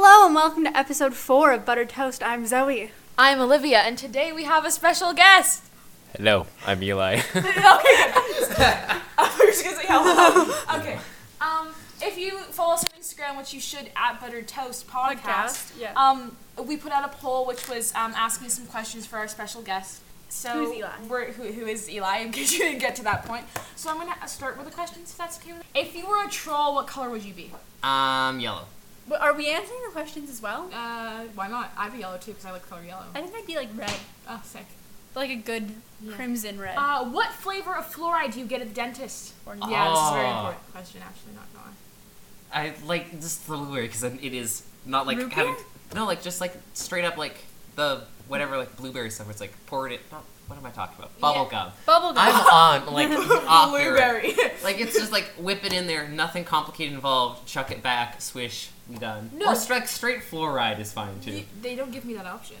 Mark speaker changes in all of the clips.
Speaker 1: welcome to episode four of Buttered Toast. I'm Zoe.
Speaker 2: I'm Olivia, and today we have a special guest.
Speaker 3: Hello, I'm Eli.
Speaker 2: okay, I was gonna say hello. Okay. Um, if you follow us on Instagram, which you should at Buttered Toast Podcast,
Speaker 1: Podcast, yeah.
Speaker 2: um, we put out a poll which was um, asking some questions for our special guest. So
Speaker 1: Who's Eli?
Speaker 2: We're, who, who is Eli? In case you didn't get to that point. So I'm gonna start with the questions, if that's okay. With if you were a troll, what color would you be?
Speaker 4: Um, yellow.
Speaker 1: But are we answering the questions as well?
Speaker 2: Uh, why not? I'd be yellow too because I like color yellow.
Speaker 1: I think I'd be like red,
Speaker 2: Oh, sick.
Speaker 1: like a good crimson red.
Speaker 2: Uh, what flavor of fluoride do you get at the dentist?
Speaker 1: Or
Speaker 2: Yeah, this is a very
Speaker 4: Oh.
Speaker 2: important question, actually, not gonna lie.
Speaker 4: I like this is a little weird because it is not like
Speaker 1: Root
Speaker 4: having
Speaker 1: beer?
Speaker 4: no like just like straight up like the whatever like blueberry stuff. where It's like poured it. Not, what am I talking about? Bubble gum.
Speaker 1: Bubble gum.
Speaker 4: I'm on like off the rip.
Speaker 2: Blueberry.
Speaker 4: Like it's just like whip it in there. Nothing complicated involved. Chuck it back. Swish. I'm done.
Speaker 2: No.
Speaker 4: Or straight straight fluoride is fine too.
Speaker 2: You- they don't give me that option.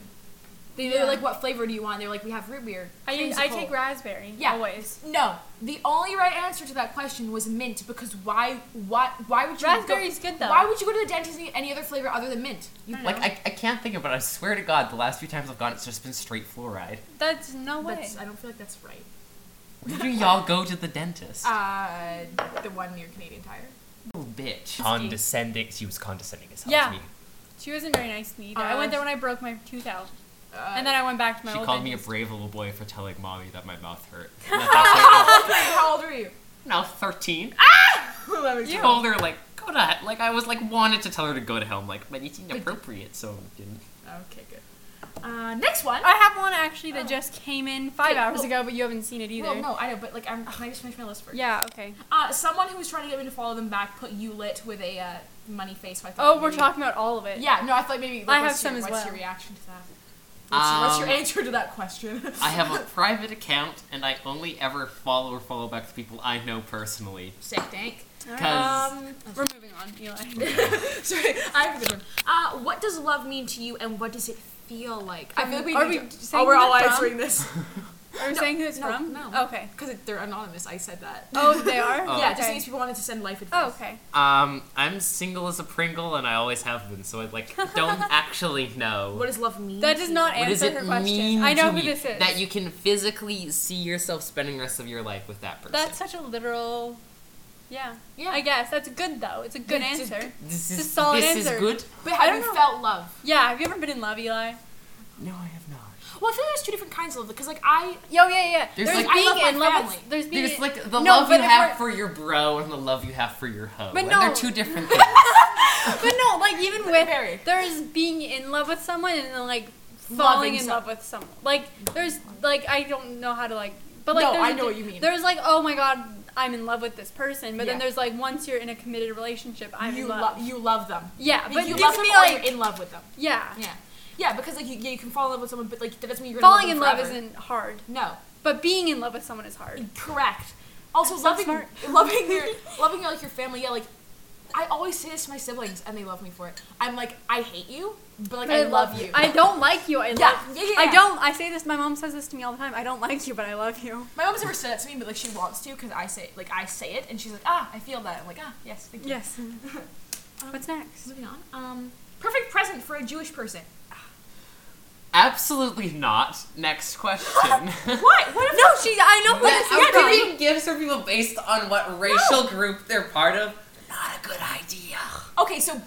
Speaker 2: They,
Speaker 1: Yeah.
Speaker 2: They're like, what flavor do you want? They're like, we have root beer.
Speaker 1: I, I
Speaker 2: creamsicle."
Speaker 1: take raspberry.
Speaker 2: Yeah.
Speaker 1: Always.
Speaker 2: No, the only right answer to that question was mint because why? Why? Why would you?
Speaker 1: Raspberry's
Speaker 2: go,
Speaker 1: good, though.
Speaker 2: Why would you go to the dentist and eat any other flavor other than mint? You,
Speaker 4: like I, I can't think of it. I swear to God, the last few times I've gone, it's just been straight fluoride.
Speaker 1: That's no way.
Speaker 2: that's, I don't feel like that's right.
Speaker 4: Where do y'all go to the dentist?
Speaker 2: Uh, the one near Canadian Tire.
Speaker 4: Little bitch. Condescending. She was condescending as hell
Speaker 1: Yeah.
Speaker 4: to me.
Speaker 1: She wasn't very nice to me either. I
Speaker 2: Uh,
Speaker 1: went there when I broke my tooth out,
Speaker 2: Uh,
Speaker 1: and then I went back to my
Speaker 4: She
Speaker 1: old
Speaker 4: called me a
Speaker 1: dentist.
Speaker 4: brave little boy for telling mommy that my mouth hurt. And at that point,
Speaker 2: how old are you?
Speaker 4: I'm now 13.
Speaker 2: Let me
Speaker 4: I
Speaker 2: tell
Speaker 4: told her, like, go to hell. Like, I was, like, wanted to tell her to go to hell. I'm like, but it's inappropriate, so I didn't.
Speaker 2: Okay, good. Uh, next one.
Speaker 1: I have one actually that
Speaker 2: Oh.
Speaker 1: just came in five
Speaker 2: Okay,
Speaker 1: hours
Speaker 2: well-
Speaker 1: ago, but you haven't seen it either.
Speaker 2: Well, no, I know, but like, I'm, can I just finish my list first?
Speaker 1: Yeah. Okay.
Speaker 2: Uh, someone who was trying to get me to follow them back put you lit with a uh, money face. So I thought
Speaker 1: Oh, we're
Speaker 2: maybe-
Speaker 1: talking about all of it.
Speaker 2: Yeah, no, I thought maybe. Like,
Speaker 1: I have
Speaker 2: what's your,
Speaker 1: some as
Speaker 2: What's
Speaker 1: well.
Speaker 2: your reaction to that? What's, your- what's your
Speaker 4: Um,
Speaker 2: answer to that question?
Speaker 4: I have a private account, and I only ever follow or follow back the people I know personally.
Speaker 2: sick tank.
Speaker 4: Because
Speaker 2: Um,
Speaker 1: We're moving on, Eli.
Speaker 2: sorry, I have a good one. Uh, what does love mean to you, and what does it feel like? I feel like we.
Speaker 1: Are
Speaker 2: need
Speaker 1: we
Speaker 2: to-
Speaker 1: saying
Speaker 2: oh, we're
Speaker 1: who
Speaker 2: all
Speaker 1: they're from?
Speaker 2: answering this
Speaker 1: Are we
Speaker 2: No,
Speaker 1: saying who it's
Speaker 2: no,
Speaker 1: from?
Speaker 2: no.
Speaker 1: Okay.
Speaker 2: because they're anonymous. I said that.
Speaker 1: Oh, they are.
Speaker 4: Oh.
Speaker 2: yeah,
Speaker 1: okay.
Speaker 2: just in case people wanted to send life advice.
Speaker 1: Oh, okay.
Speaker 4: um, I'm single as a Pringle, and I always have been, so I, like, don't actually know.
Speaker 2: What does love mean?
Speaker 1: That
Speaker 2: to
Speaker 1: does
Speaker 2: you?
Speaker 1: not answer
Speaker 4: What does
Speaker 1: her
Speaker 4: it
Speaker 1: question.
Speaker 4: mean
Speaker 1: I know
Speaker 4: to
Speaker 1: who
Speaker 4: me
Speaker 1: this is.
Speaker 4: That you can physically see yourself spending the rest of your life with that person.
Speaker 1: That's such a literal. Yeah.
Speaker 2: Yeah.
Speaker 1: I guess that's good though. It's a good
Speaker 2: It's a
Speaker 1: answer.
Speaker 2: good-
Speaker 4: this
Speaker 1: it's
Speaker 4: is
Speaker 1: a solid
Speaker 4: this
Speaker 1: answer.
Speaker 4: is good.
Speaker 2: But have
Speaker 1: I don't
Speaker 2: you
Speaker 1: know.
Speaker 2: felt love?
Speaker 1: Yeah. Have you ever been in love, Eli?
Speaker 4: No, I have not.
Speaker 2: Well, I feel like there's two different kinds of love because, like, I
Speaker 1: Yo, yeah, yeah.
Speaker 4: There's like-
Speaker 2: I love
Speaker 1: being
Speaker 2: my
Speaker 1: in love.
Speaker 2: family.
Speaker 1: With, there's being.
Speaker 4: There's like the
Speaker 1: No,
Speaker 4: love
Speaker 1: but
Speaker 4: you
Speaker 1: if
Speaker 4: have
Speaker 1: we're-
Speaker 4: for your bro and the love you have for your hoe.
Speaker 1: But
Speaker 4: and
Speaker 1: no.
Speaker 4: they're two different things.
Speaker 1: But no, like even with
Speaker 2: Very.
Speaker 1: there's being in love with someone and then like falling
Speaker 2: Loving
Speaker 1: in
Speaker 2: some-
Speaker 1: love with someone. Like there's like I don't know how to like. But like
Speaker 2: No,
Speaker 1: there's
Speaker 2: I
Speaker 1: a
Speaker 2: know
Speaker 1: di-
Speaker 2: what you mean.
Speaker 1: There's like oh my god, I'm in love with this person. But then
Speaker 2: Yeah.
Speaker 1: there's like once you're in a committed relationship, I'm
Speaker 2: you
Speaker 1: in love.
Speaker 2: lo- you love them.
Speaker 1: yeah, but you
Speaker 2: you love
Speaker 1: can
Speaker 2: them
Speaker 1: be
Speaker 2: or you're
Speaker 1: like
Speaker 2: in love with them.
Speaker 1: yeah.
Speaker 2: Yeah, yeah, because like you, yeah, you can fall in love with someone, but like that doesn't mean you're
Speaker 1: Falling in love
Speaker 2: forever.
Speaker 1: isn't hard,
Speaker 2: no
Speaker 1: but being in love with someone is hard.
Speaker 2: correct. Also,
Speaker 1: so
Speaker 2: loving
Speaker 1: smart.
Speaker 2: loving your loving your, like your family. Yeah, like I always say this to my siblings, and they love me for it. I'm like I hate you, but like I, love, you.
Speaker 1: I don't like you. I
Speaker 2: Yeah,
Speaker 1: love.
Speaker 2: yeah, yeah,
Speaker 1: I
Speaker 2: yeah.
Speaker 1: don't. I say this. My mom says this to me all the time. I don't like you, but I love you.
Speaker 2: my mom's never said that to me, but like she wants to because I say like I say it, and she's like ah I feel that. I'm like ah yes thank you.
Speaker 1: Yes. What's next?
Speaker 2: Moving on. Um, perfect present for a Jewish person.
Speaker 4: Absolutely not. Next question.
Speaker 2: What? What if
Speaker 1: No, she. I know what
Speaker 4: That
Speaker 1: this is going.
Speaker 4: opinion gives for people based on what racial group they're part of. Not a good idea.
Speaker 2: Okay, so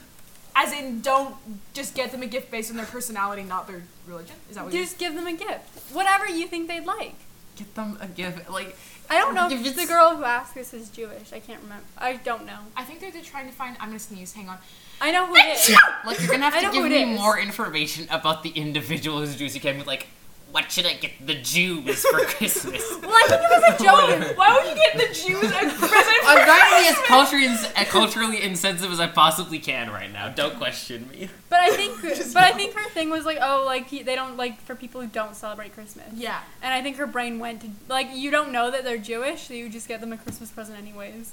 Speaker 2: as in don't just get them a gift based on their personality, not their religion? Is that what you
Speaker 1: Just give them a gift. Whatever you think they'd like.
Speaker 4: Get them a gift. Like
Speaker 1: I don't know
Speaker 4: If
Speaker 1: if the
Speaker 4: it's-
Speaker 1: girl who asked this is Jewish. I can't remember. I don't know.
Speaker 2: I think they're, they're trying to find I'm gonna sneeze, hang on.
Speaker 1: I know who it is.
Speaker 4: Like you're gonna
Speaker 1: I
Speaker 4: have
Speaker 1: know
Speaker 4: to
Speaker 1: who
Speaker 4: give
Speaker 1: it
Speaker 4: me
Speaker 1: is.
Speaker 4: more information about the individual who's juicy can be like, what should I get the Jews for Christmas?
Speaker 2: Well, I think it was a joke. Why would you get the Jews a present?
Speaker 4: I'm trying to be as culturally, ins- uh, culturally insensitive as I possibly can right now. Don't question me.
Speaker 1: But I think. but I think her thing was like, oh, like he, they don't like for people who don't celebrate Christmas.
Speaker 2: yeah.
Speaker 1: And I think her brain went to like you don't know that they're Jewish, so you just get them a Christmas present anyways.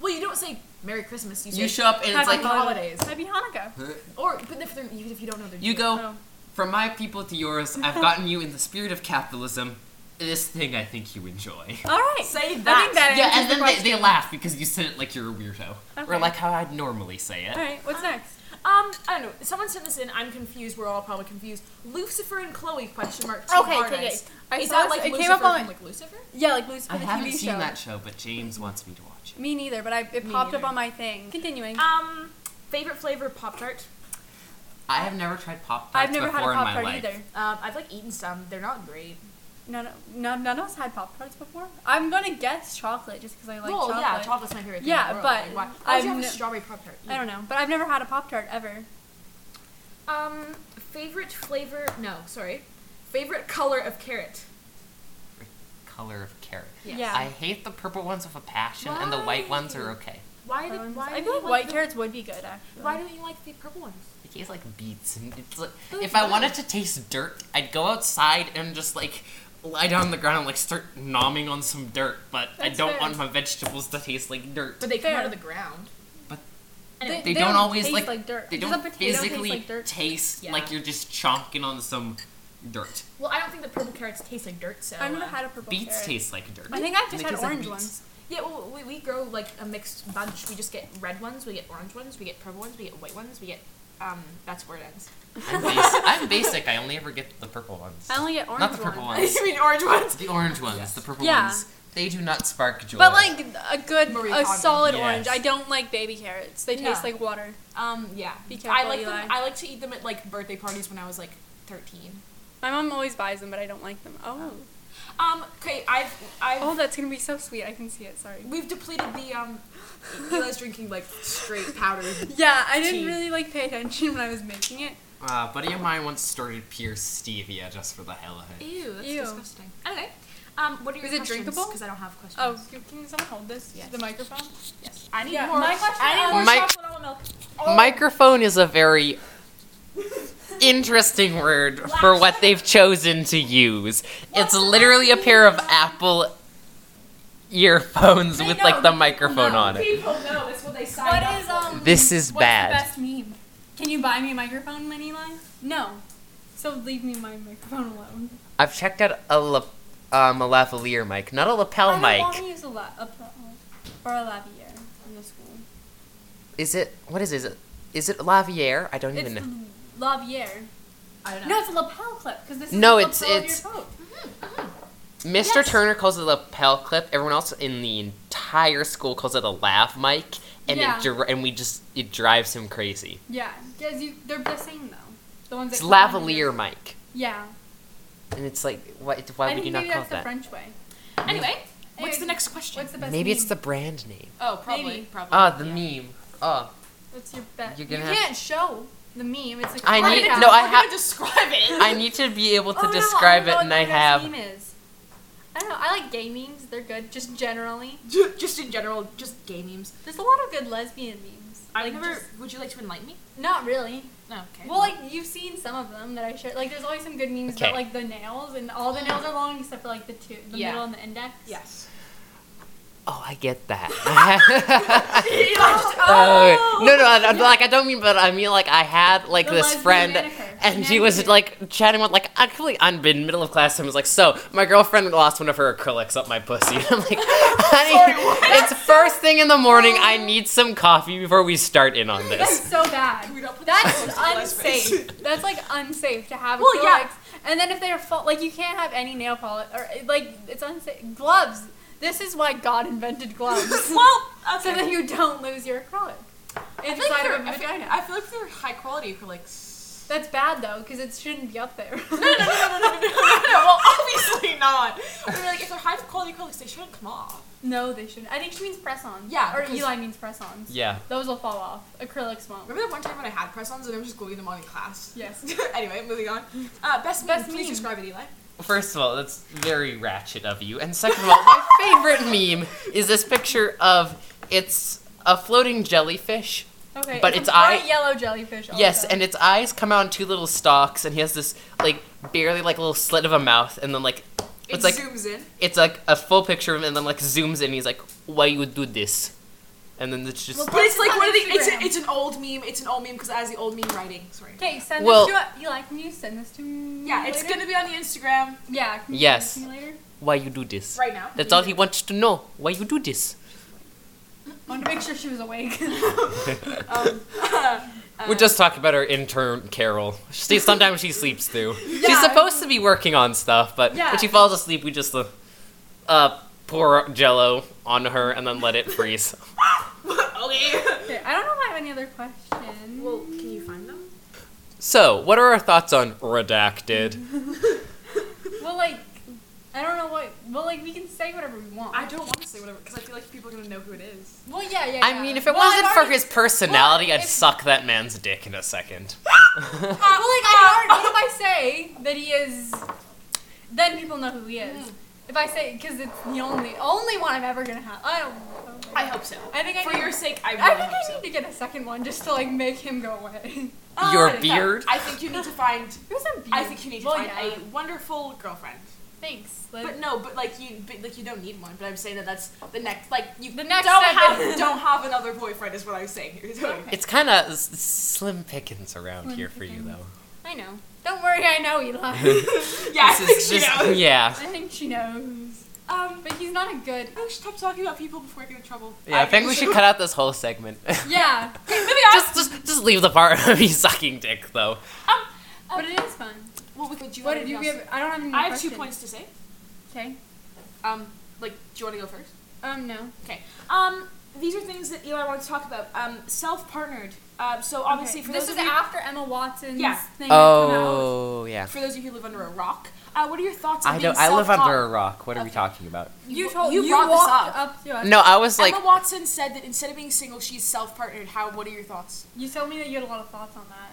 Speaker 2: Well, you don't say Merry Christmas. You say
Speaker 4: You show up and it's
Speaker 1: Happy
Speaker 4: like
Speaker 1: Hanukkah.
Speaker 2: holidays.
Speaker 1: Happy Hanukkah.
Speaker 2: or but if they're, even if you don't know they're
Speaker 4: you
Speaker 2: Jewish.
Speaker 4: go
Speaker 1: Oh.
Speaker 4: from my people to yours. I've gotten you in the spirit of capitalism. This thing I think you enjoy.
Speaker 1: All right.
Speaker 2: Say
Speaker 1: I
Speaker 2: that.
Speaker 1: think that
Speaker 4: Yeah,
Speaker 1: answers
Speaker 4: and
Speaker 1: the
Speaker 4: then they,
Speaker 1: question.
Speaker 4: they laugh because you said it like you're a weirdo,
Speaker 1: Okay.
Speaker 4: or like how I'd normally say it.
Speaker 1: Uh, All right. What's next?
Speaker 2: Um, I don't know. Someone sent this in. I'm confused. We're all probably confused. Lucifer and Chloe? Question mark. Two
Speaker 1: Okay,
Speaker 2: hard
Speaker 1: okay,
Speaker 2: eyes.
Speaker 1: okay. I
Speaker 2: Is
Speaker 1: saw
Speaker 2: that
Speaker 1: this-
Speaker 2: like
Speaker 1: it
Speaker 2: Lucifer
Speaker 1: came up on
Speaker 2: from
Speaker 1: my-
Speaker 2: like Lucifer?
Speaker 1: Yeah, like Lucifer
Speaker 4: I
Speaker 1: the
Speaker 4: haven't
Speaker 1: TV
Speaker 4: seen
Speaker 1: show.
Speaker 4: that show, but James wants me to watch it.
Speaker 1: Me neither, but I, it
Speaker 2: Me
Speaker 1: popped
Speaker 2: neither.
Speaker 1: up on my thing. Uh, Continuing.
Speaker 2: Um, favorite flavor Pop Tart.
Speaker 4: I have never tried Pop Tarts
Speaker 1: I've never had a
Speaker 4: before
Speaker 1: Pop
Speaker 4: in my
Speaker 1: Tart
Speaker 4: life.
Speaker 1: either.
Speaker 2: Um, I've like eaten some. They're not great.
Speaker 1: None, none, none of us had Pop Tarts before. I'm gonna guess chocolate just because I like
Speaker 2: well,
Speaker 1: chocolate.
Speaker 2: yeah, chocolate's my favorite. Thing
Speaker 1: Yeah,
Speaker 2: in the world.
Speaker 1: but
Speaker 2: like, why, why would you
Speaker 1: I've
Speaker 2: have a
Speaker 1: n-
Speaker 2: strawberry Pop Tart?
Speaker 1: I don't know, but I've never had a Pop Tart ever.
Speaker 2: Um, favorite flavor? No, sorry. Favorite color of carrot?
Speaker 4: Color of carrot.
Speaker 2: Yes.
Speaker 1: Yeah.
Speaker 4: I hate the purple ones with a passion, and the white ones are okay.
Speaker 2: Why? The,
Speaker 1: That one's-
Speaker 2: why
Speaker 1: Um, I
Speaker 2: do
Speaker 1: feel
Speaker 2: you
Speaker 1: like white
Speaker 2: the-
Speaker 1: carrots would be good actually.
Speaker 2: Why don't you like the purple ones?
Speaker 4: It tastes like beets, and it's like
Speaker 2: But
Speaker 4: if
Speaker 2: it's
Speaker 4: I wanted to taste dirt, I'd go outside and just like lie down on the ground and like start nomming on some dirt. But I
Speaker 1: That's
Speaker 4: don't
Speaker 1: fair.
Speaker 4: want my vegetables to taste like dirt.
Speaker 2: But they come out of
Speaker 1: Fair.
Speaker 2: the ground.
Speaker 4: But
Speaker 2: Anyway,
Speaker 4: they, don't, always
Speaker 1: taste
Speaker 4: like,
Speaker 1: dirt.
Speaker 4: They
Speaker 1: Does
Speaker 4: don't
Speaker 1: a potato taste
Speaker 4: physically
Speaker 1: like dirt?
Speaker 4: taste
Speaker 2: Yeah.
Speaker 4: like you're just chonking on some dirt.
Speaker 2: well, I don't think the purple carrots taste like dirt. So
Speaker 1: I've never
Speaker 2: uh,
Speaker 1: had a purple
Speaker 4: Beets
Speaker 1: carrot.
Speaker 4: taste like dirt.
Speaker 1: I think I've
Speaker 4: They
Speaker 1: just had
Speaker 4: taste like
Speaker 1: orange
Speaker 4: beets.
Speaker 1: ones.
Speaker 2: Yeah, well, we, we grow like a mixed bunch. We just get red ones, we get orange ones, we get purple ones, we get white ones, we get um. That's where it ends.
Speaker 4: I'm, bas- I'm basic. I only ever get the purple ones.
Speaker 1: I only get orange
Speaker 4: Not the purple
Speaker 1: ones.
Speaker 4: ones.
Speaker 2: mean orange ones?
Speaker 4: The orange ones. The purple
Speaker 1: Yeah.
Speaker 4: ones. They do not spark joy.
Speaker 1: But like a good,
Speaker 2: Marie
Speaker 1: a
Speaker 2: Kondo.
Speaker 1: solid
Speaker 4: Yes.
Speaker 1: orange. I don't like baby carrots. They
Speaker 2: Yeah.
Speaker 1: taste like water.
Speaker 2: Um. Yeah.
Speaker 1: Be
Speaker 2: I
Speaker 1: careful,
Speaker 2: like them.
Speaker 1: Eli.
Speaker 2: I like to eat them at like birthday parties when I was like thirteen.
Speaker 1: My mom always buys them, but I don't like them. Oh,
Speaker 2: Um. Okay. I've I've
Speaker 1: oh, that's gonna be so sweet. I can see it. Sorry.
Speaker 2: we've depleted the um. Eli's drinking like straight powder.
Speaker 1: Yeah, I didn't
Speaker 2: Tea.
Speaker 1: really like pay attention when I was making it.
Speaker 4: Uh, a buddy of mine once started pure stevia just for the hell of it.
Speaker 2: Ew. That's
Speaker 1: Ew.
Speaker 2: disgusting. Okay. Um. What are your
Speaker 1: Is it drinkable?
Speaker 2: Because I don't have questions.
Speaker 1: Oh, can someone hold this?
Speaker 2: Yes.
Speaker 1: The microphone.
Speaker 2: yes. I need
Speaker 1: yeah,
Speaker 2: more.
Speaker 1: my question-
Speaker 2: I need more
Speaker 4: Mic-
Speaker 2: chocolate almond milk.
Speaker 1: Oh.
Speaker 4: Microphone is a very interesting word for what they've chosen to use. It's literally a pair of Apple earphones with like the microphone on it.
Speaker 2: People know. That's what they signed
Speaker 1: What
Speaker 2: up
Speaker 1: is um?
Speaker 4: This is
Speaker 1: what's the
Speaker 4: bad.
Speaker 1: best meme? Can you buy me a microphone, Money Line? No. So leave me my microphone alone.
Speaker 4: I've checked out a la- um, a lavalier mic, not a lapel
Speaker 1: I don't want to
Speaker 4: mic.
Speaker 1: use a la- a pro- or a lavier in the school.
Speaker 4: Is it what is it? Is it, is it lavier? I don't even
Speaker 1: It's
Speaker 4: know.
Speaker 1: lavier.
Speaker 2: I don't
Speaker 1: No, it's a lapel clip because this is
Speaker 4: No,
Speaker 1: the
Speaker 4: it's-
Speaker 1: lapel of
Speaker 4: it's-
Speaker 1: your coat.
Speaker 4: Mr.
Speaker 1: Yes.
Speaker 4: Turner calls it a lapel clip. Everyone else in the entire school calls it a lav mic, and
Speaker 1: Yeah.
Speaker 4: it dri- and we just it drives him crazy.
Speaker 1: Yeah, because you they're the same though. The ones
Speaker 4: It's
Speaker 1: that clip onto
Speaker 4: lavalier
Speaker 1: your-
Speaker 4: mic,
Speaker 1: Yeah.
Speaker 4: and it's like why why
Speaker 1: I
Speaker 4: would
Speaker 1: think
Speaker 4: you not
Speaker 1: maybe
Speaker 4: call
Speaker 1: that's
Speaker 4: it
Speaker 1: the
Speaker 4: that?
Speaker 1: French way.
Speaker 2: Anyway, what's
Speaker 1: Anyway,
Speaker 2: the next question?
Speaker 1: What's the best?
Speaker 4: Maybe it's
Speaker 1: meme?
Speaker 4: the brand name.
Speaker 2: oh, probably.
Speaker 1: Maybe.
Speaker 2: Probably.
Speaker 4: Ah, the meme. Oh,
Speaker 1: What's your best?
Speaker 4: You're
Speaker 1: you
Speaker 4: gonna have-
Speaker 1: can't show the meme. It's a
Speaker 4: I
Speaker 1: card
Speaker 2: We're
Speaker 4: need
Speaker 2: gonna-
Speaker 1: account.
Speaker 4: no. I
Speaker 2: we're
Speaker 4: ha-
Speaker 2: gonna describe it.
Speaker 4: I need to be able to
Speaker 1: Oh, no, I
Speaker 4: describe
Speaker 1: know
Speaker 4: it,
Speaker 1: what
Speaker 4: and I
Speaker 1: my best meme
Speaker 4: have.
Speaker 1: is. I don't know. I like gay memes. They're good, just generally.
Speaker 2: Ju- just in general, just gay memes.
Speaker 1: There's a lot of good lesbian memes.
Speaker 2: I
Speaker 1: like,
Speaker 2: never.
Speaker 1: just-
Speaker 2: would you like to enlighten me?
Speaker 1: not really.
Speaker 2: No. Okay.
Speaker 1: Well, like you've seen some of them that I shared. Like there's always some good memes about
Speaker 4: Okay.
Speaker 1: like the nails, and all the nails are long except for like the two, the
Speaker 2: Yeah.
Speaker 1: middle and the index.
Speaker 2: yes.
Speaker 4: Oh, I get that.
Speaker 1: Oh!
Speaker 4: Uh, no, no, I, I- like I don't mean, but I mean like I had like
Speaker 1: The
Speaker 4: this
Speaker 1: lesbian
Speaker 4: friend,
Speaker 1: manicure.
Speaker 4: and she was
Speaker 1: Manicure.
Speaker 4: like chatting with like actually I'm in middle of class and was like, so my girlfriend lost one of her acrylics up my pussy. I'm like, honey, it's first thing in the morning.
Speaker 1: Oh.
Speaker 4: I need some coffee before we start in on
Speaker 1: That's
Speaker 4: this.
Speaker 1: so bad.
Speaker 2: We don't put
Speaker 1: That's
Speaker 2: this on Squarespace.
Speaker 1: unsafe. That's like unsafe to have.
Speaker 2: Well, yeah.
Speaker 1: acrylics. And then if they are full, like you can't have any nail polish, or like it's unsafe. Gloves. This is why God invented gloves,
Speaker 2: well, okay.
Speaker 1: so that you don't lose your acrylic
Speaker 2: I feel, like
Speaker 1: inside of a
Speaker 2: they're- I feel-
Speaker 1: vagina.
Speaker 2: I feel like they're high quality acrylics.
Speaker 1: That's bad though, because it shouldn't be up there.
Speaker 2: no, well, obviously not. I mean, like, if they're high quality acrylics, they shouldn't come off.
Speaker 1: no, they shouldn't. I think she means press-ons.
Speaker 2: Yeah,
Speaker 1: Or
Speaker 2: because-
Speaker 1: Eli means press-ons.
Speaker 4: Yeah.
Speaker 1: Those will fall off. Acrylics won't.
Speaker 2: Remember that one time when I had press-ons and I was just gluing them on in class?
Speaker 1: Yes.
Speaker 2: anyway, moving on. Uh, best
Speaker 1: Best
Speaker 2: meme. Please
Speaker 1: meme.
Speaker 2: describe it, Eli.
Speaker 4: First of all, that's very ratchet of you, and second of all, my favorite meme is this picture of it's a floating jellyfish
Speaker 1: Okay.
Speaker 4: But
Speaker 1: a
Speaker 4: it's eye-
Speaker 1: bright yellow jellyfish.
Speaker 4: Oh, Yes,
Speaker 1: also.
Speaker 4: and its eyes come out in two little stalks, and he has this like barely like little slit of a mouth, and then like
Speaker 2: It
Speaker 4: it's like
Speaker 2: zooms in.
Speaker 4: it's like a full picture of him, and then like zooms in. And he's like, "Why you do this?" And then it's just
Speaker 1: Well,
Speaker 2: But it's like
Speaker 1: On
Speaker 2: one of the. It's, a,
Speaker 1: Instagram.
Speaker 2: it's an old meme. It's an old meme because it has the old meme writing. Sorry.
Speaker 1: Okay, send
Speaker 4: Well-
Speaker 1: this to Eli. Can you send this to me?
Speaker 2: Yeah, it's
Speaker 1: later?
Speaker 2: gonna be on the Instagram
Speaker 1: Yeah. Can you
Speaker 4: Yes.
Speaker 1: send this to me later?
Speaker 4: why you do this.
Speaker 2: right now.
Speaker 4: That's all he wants to know. Why you do this?
Speaker 1: I wanted to make sure she was awake.
Speaker 2: Um,
Speaker 4: We're just talking about our intern, Carol. She sometimes she sleeps through. She's
Speaker 2: Yeah.
Speaker 4: supposed to be working on stuff, but
Speaker 2: Yeah.
Speaker 4: when she falls asleep, we just uh, uh, pour Jello on her and then let it freeze.
Speaker 2: okay.
Speaker 1: Okay, I don't know if I have any other questions.
Speaker 2: Well, can you find them?
Speaker 4: So, what are our thoughts on redacted?
Speaker 1: well, like, I don't know what. Well, like, we can say whatever we want.
Speaker 2: I don't want to say whatever because I feel like people are gonna know who it is.
Speaker 1: well, yeah, yeah.
Speaker 4: I
Speaker 1: yeah.
Speaker 4: mean, if it
Speaker 1: Well, I've
Speaker 4: wasn't for
Speaker 1: already-
Speaker 4: his personality,
Speaker 1: well,
Speaker 4: I'd
Speaker 1: if-
Speaker 4: suck that man's dick in a second.
Speaker 1: Uh, well, like, I already. What if I say that he is? Then people know who he
Speaker 2: Hmm.
Speaker 1: is. If I say, because it's the only only one I'm ever gonna have. I don't.
Speaker 2: I hope so.
Speaker 1: I think I
Speaker 2: For
Speaker 1: need-
Speaker 2: your sake, I really
Speaker 1: I think
Speaker 2: hope
Speaker 1: I
Speaker 2: so.
Speaker 1: need to get a second one just to like make him go away.
Speaker 4: Your
Speaker 2: yeah.
Speaker 4: beard?
Speaker 2: I think you need to find.
Speaker 1: Who's a beauty?
Speaker 2: I think you need to
Speaker 1: well,
Speaker 2: find
Speaker 1: yeah.
Speaker 2: a wonderful girlfriend.
Speaker 1: Thanks. Liz.
Speaker 2: But no, but like you, but like you don't need one. But I'm saying that that's the next, like you
Speaker 1: The next
Speaker 2: don't
Speaker 1: step
Speaker 2: have
Speaker 1: is-
Speaker 2: don't have another boyfriend is what I'm saying here. So-
Speaker 1: Okay.
Speaker 4: It's kind of s- slim pickings around
Speaker 1: Slim
Speaker 4: here for you,
Speaker 1: pickings.
Speaker 4: though.
Speaker 1: I know. Don't worry, I know Eli.
Speaker 2: Yeah, I
Speaker 4: This
Speaker 2: think
Speaker 4: is
Speaker 2: she
Speaker 4: just-
Speaker 2: knows.
Speaker 4: Yeah.
Speaker 1: I think she knows.
Speaker 2: Um,
Speaker 1: But he's not a good.
Speaker 2: we should stop talking about people before I get in trouble.
Speaker 4: Yeah, I think we should cut out this whole segment.
Speaker 1: Yeah,
Speaker 2: Okay, moving on.
Speaker 4: just, just, just leave the part of me sucking dick, though.
Speaker 2: um,
Speaker 1: but it is fun.
Speaker 2: Well, we could do.
Speaker 1: What
Speaker 2: have
Speaker 1: did you
Speaker 2: anything
Speaker 1: give? I don't have any.
Speaker 2: else? I have two
Speaker 1: questions.
Speaker 2: points to say.
Speaker 1: Okay.
Speaker 2: Um, like, do you want to go first?
Speaker 1: Um. No.
Speaker 2: Okay. Um, these are things that Eli wanted to talk about. Um, self-partnered. Um, so obviously
Speaker 1: Okay,
Speaker 2: for
Speaker 1: this
Speaker 2: those
Speaker 1: is
Speaker 2: of you,
Speaker 1: after Emma Watson's
Speaker 2: Yeah.
Speaker 1: thing. had come
Speaker 4: Oh.
Speaker 1: out.
Speaker 4: yeah.
Speaker 2: for those of you who live under a rock, uh, what are your thoughts on
Speaker 4: I
Speaker 2: being
Speaker 4: don't. I live under a
Speaker 2: self-taught?
Speaker 4: rock. What are we
Speaker 2: Okay.
Speaker 4: talking about?
Speaker 1: You told
Speaker 2: you
Speaker 1: you,
Speaker 2: brought this
Speaker 1: walked
Speaker 2: up.
Speaker 1: up to us.
Speaker 4: No, I was like,
Speaker 2: Emma Watson said that instead of being single, she's self-partnered. How? What are your thoughts?
Speaker 1: You told me that you had a lot of thoughts on that.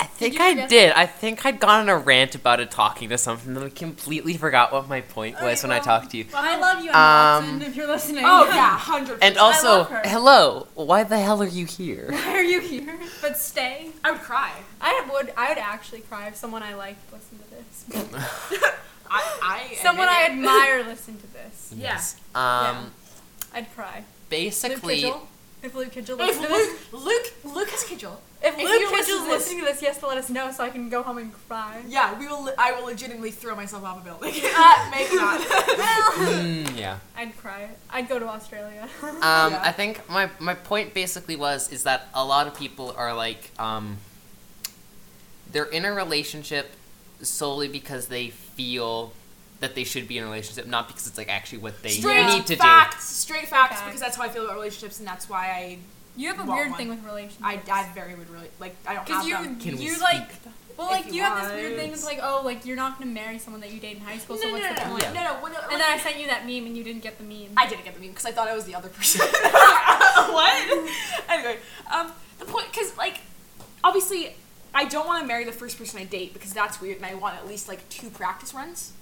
Speaker 4: I think
Speaker 1: you
Speaker 4: I
Speaker 1: forget-
Speaker 4: did. I think I'd gone on a rant about it, talking to something, and I completely forgot what my point was when I talked to you.
Speaker 1: Well, I love you, Emma
Speaker 4: Um,
Speaker 1: Watson, if you're listening.
Speaker 2: Oh yeah, hundred.
Speaker 4: And
Speaker 1: I
Speaker 4: also,
Speaker 1: love her.
Speaker 4: hello. Why the hell are you here?
Speaker 1: Why are you here? But stay.
Speaker 2: I would cry.
Speaker 1: I would. I would actually cry if someone I liked listened to this.
Speaker 2: I, I
Speaker 1: someone I admire listened to this.
Speaker 2: Yes.
Speaker 1: Yeah.
Speaker 4: Um,
Speaker 1: I'd cry.
Speaker 4: basically,
Speaker 1: Luke Kidgel. If Luke Kidgel
Speaker 2: If
Speaker 1: listened to this,
Speaker 2: Luke, Luke, Lucas Kidgel.
Speaker 1: if,
Speaker 2: if you
Speaker 1: Luke
Speaker 2: listen to
Speaker 1: Kidgel's
Speaker 2: this-
Speaker 1: listening to this, he has to let us know so I can go home and cry.
Speaker 2: Yeah, we will. I will legitimately throw myself off a building. uh, maybe not.
Speaker 4: mm, yeah.
Speaker 1: I'd cry. I'd go to Australia.
Speaker 4: Um,
Speaker 2: Yeah.
Speaker 4: I think my my point basically was is that a lot of people are like um, they're in a relationship solely because they feel that they should be in a relationship, not because it's like actually what they
Speaker 2: Straight
Speaker 4: need to
Speaker 2: facts. Straight facts,
Speaker 1: Facts.
Speaker 2: because that's how I feel about relationships, and that's why I,
Speaker 1: You have a
Speaker 2: Want
Speaker 1: weird
Speaker 2: one.
Speaker 1: thing with relationships.
Speaker 2: I, I very would really like. I don't have
Speaker 1: Because you,
Speaker 2: them.
Speaker 4: Can we
Speaker 1: you
Speaker 4: speak?
Speaker 1: like, well,
Speaker 2: If
Speaker 1: like
Speaker 2: you
Speaker 1: you have this weird
Speaker 2: want.
Speaker 1: thing. It's like, oh, like you're not gonna marry someone that you dated in high school. so
Speaker 2: no,
Speaker 1: what's
Speaker 2: no,
Speaker 1: the
Speaker 2: no, no,
Speaker 1: point?
Speaker 2: no, no, well, no,
Speaker 1: And
Speaker 2: like-
Speaker 1: then I sent you that meme, and you didn't get the meme.
Speaker 2: I didn't get the meme because I thought I was the other person. what? anyway, um, the point because like obviously I don't want to marry the first person I date because that's weird, and I want at least like two practice runs.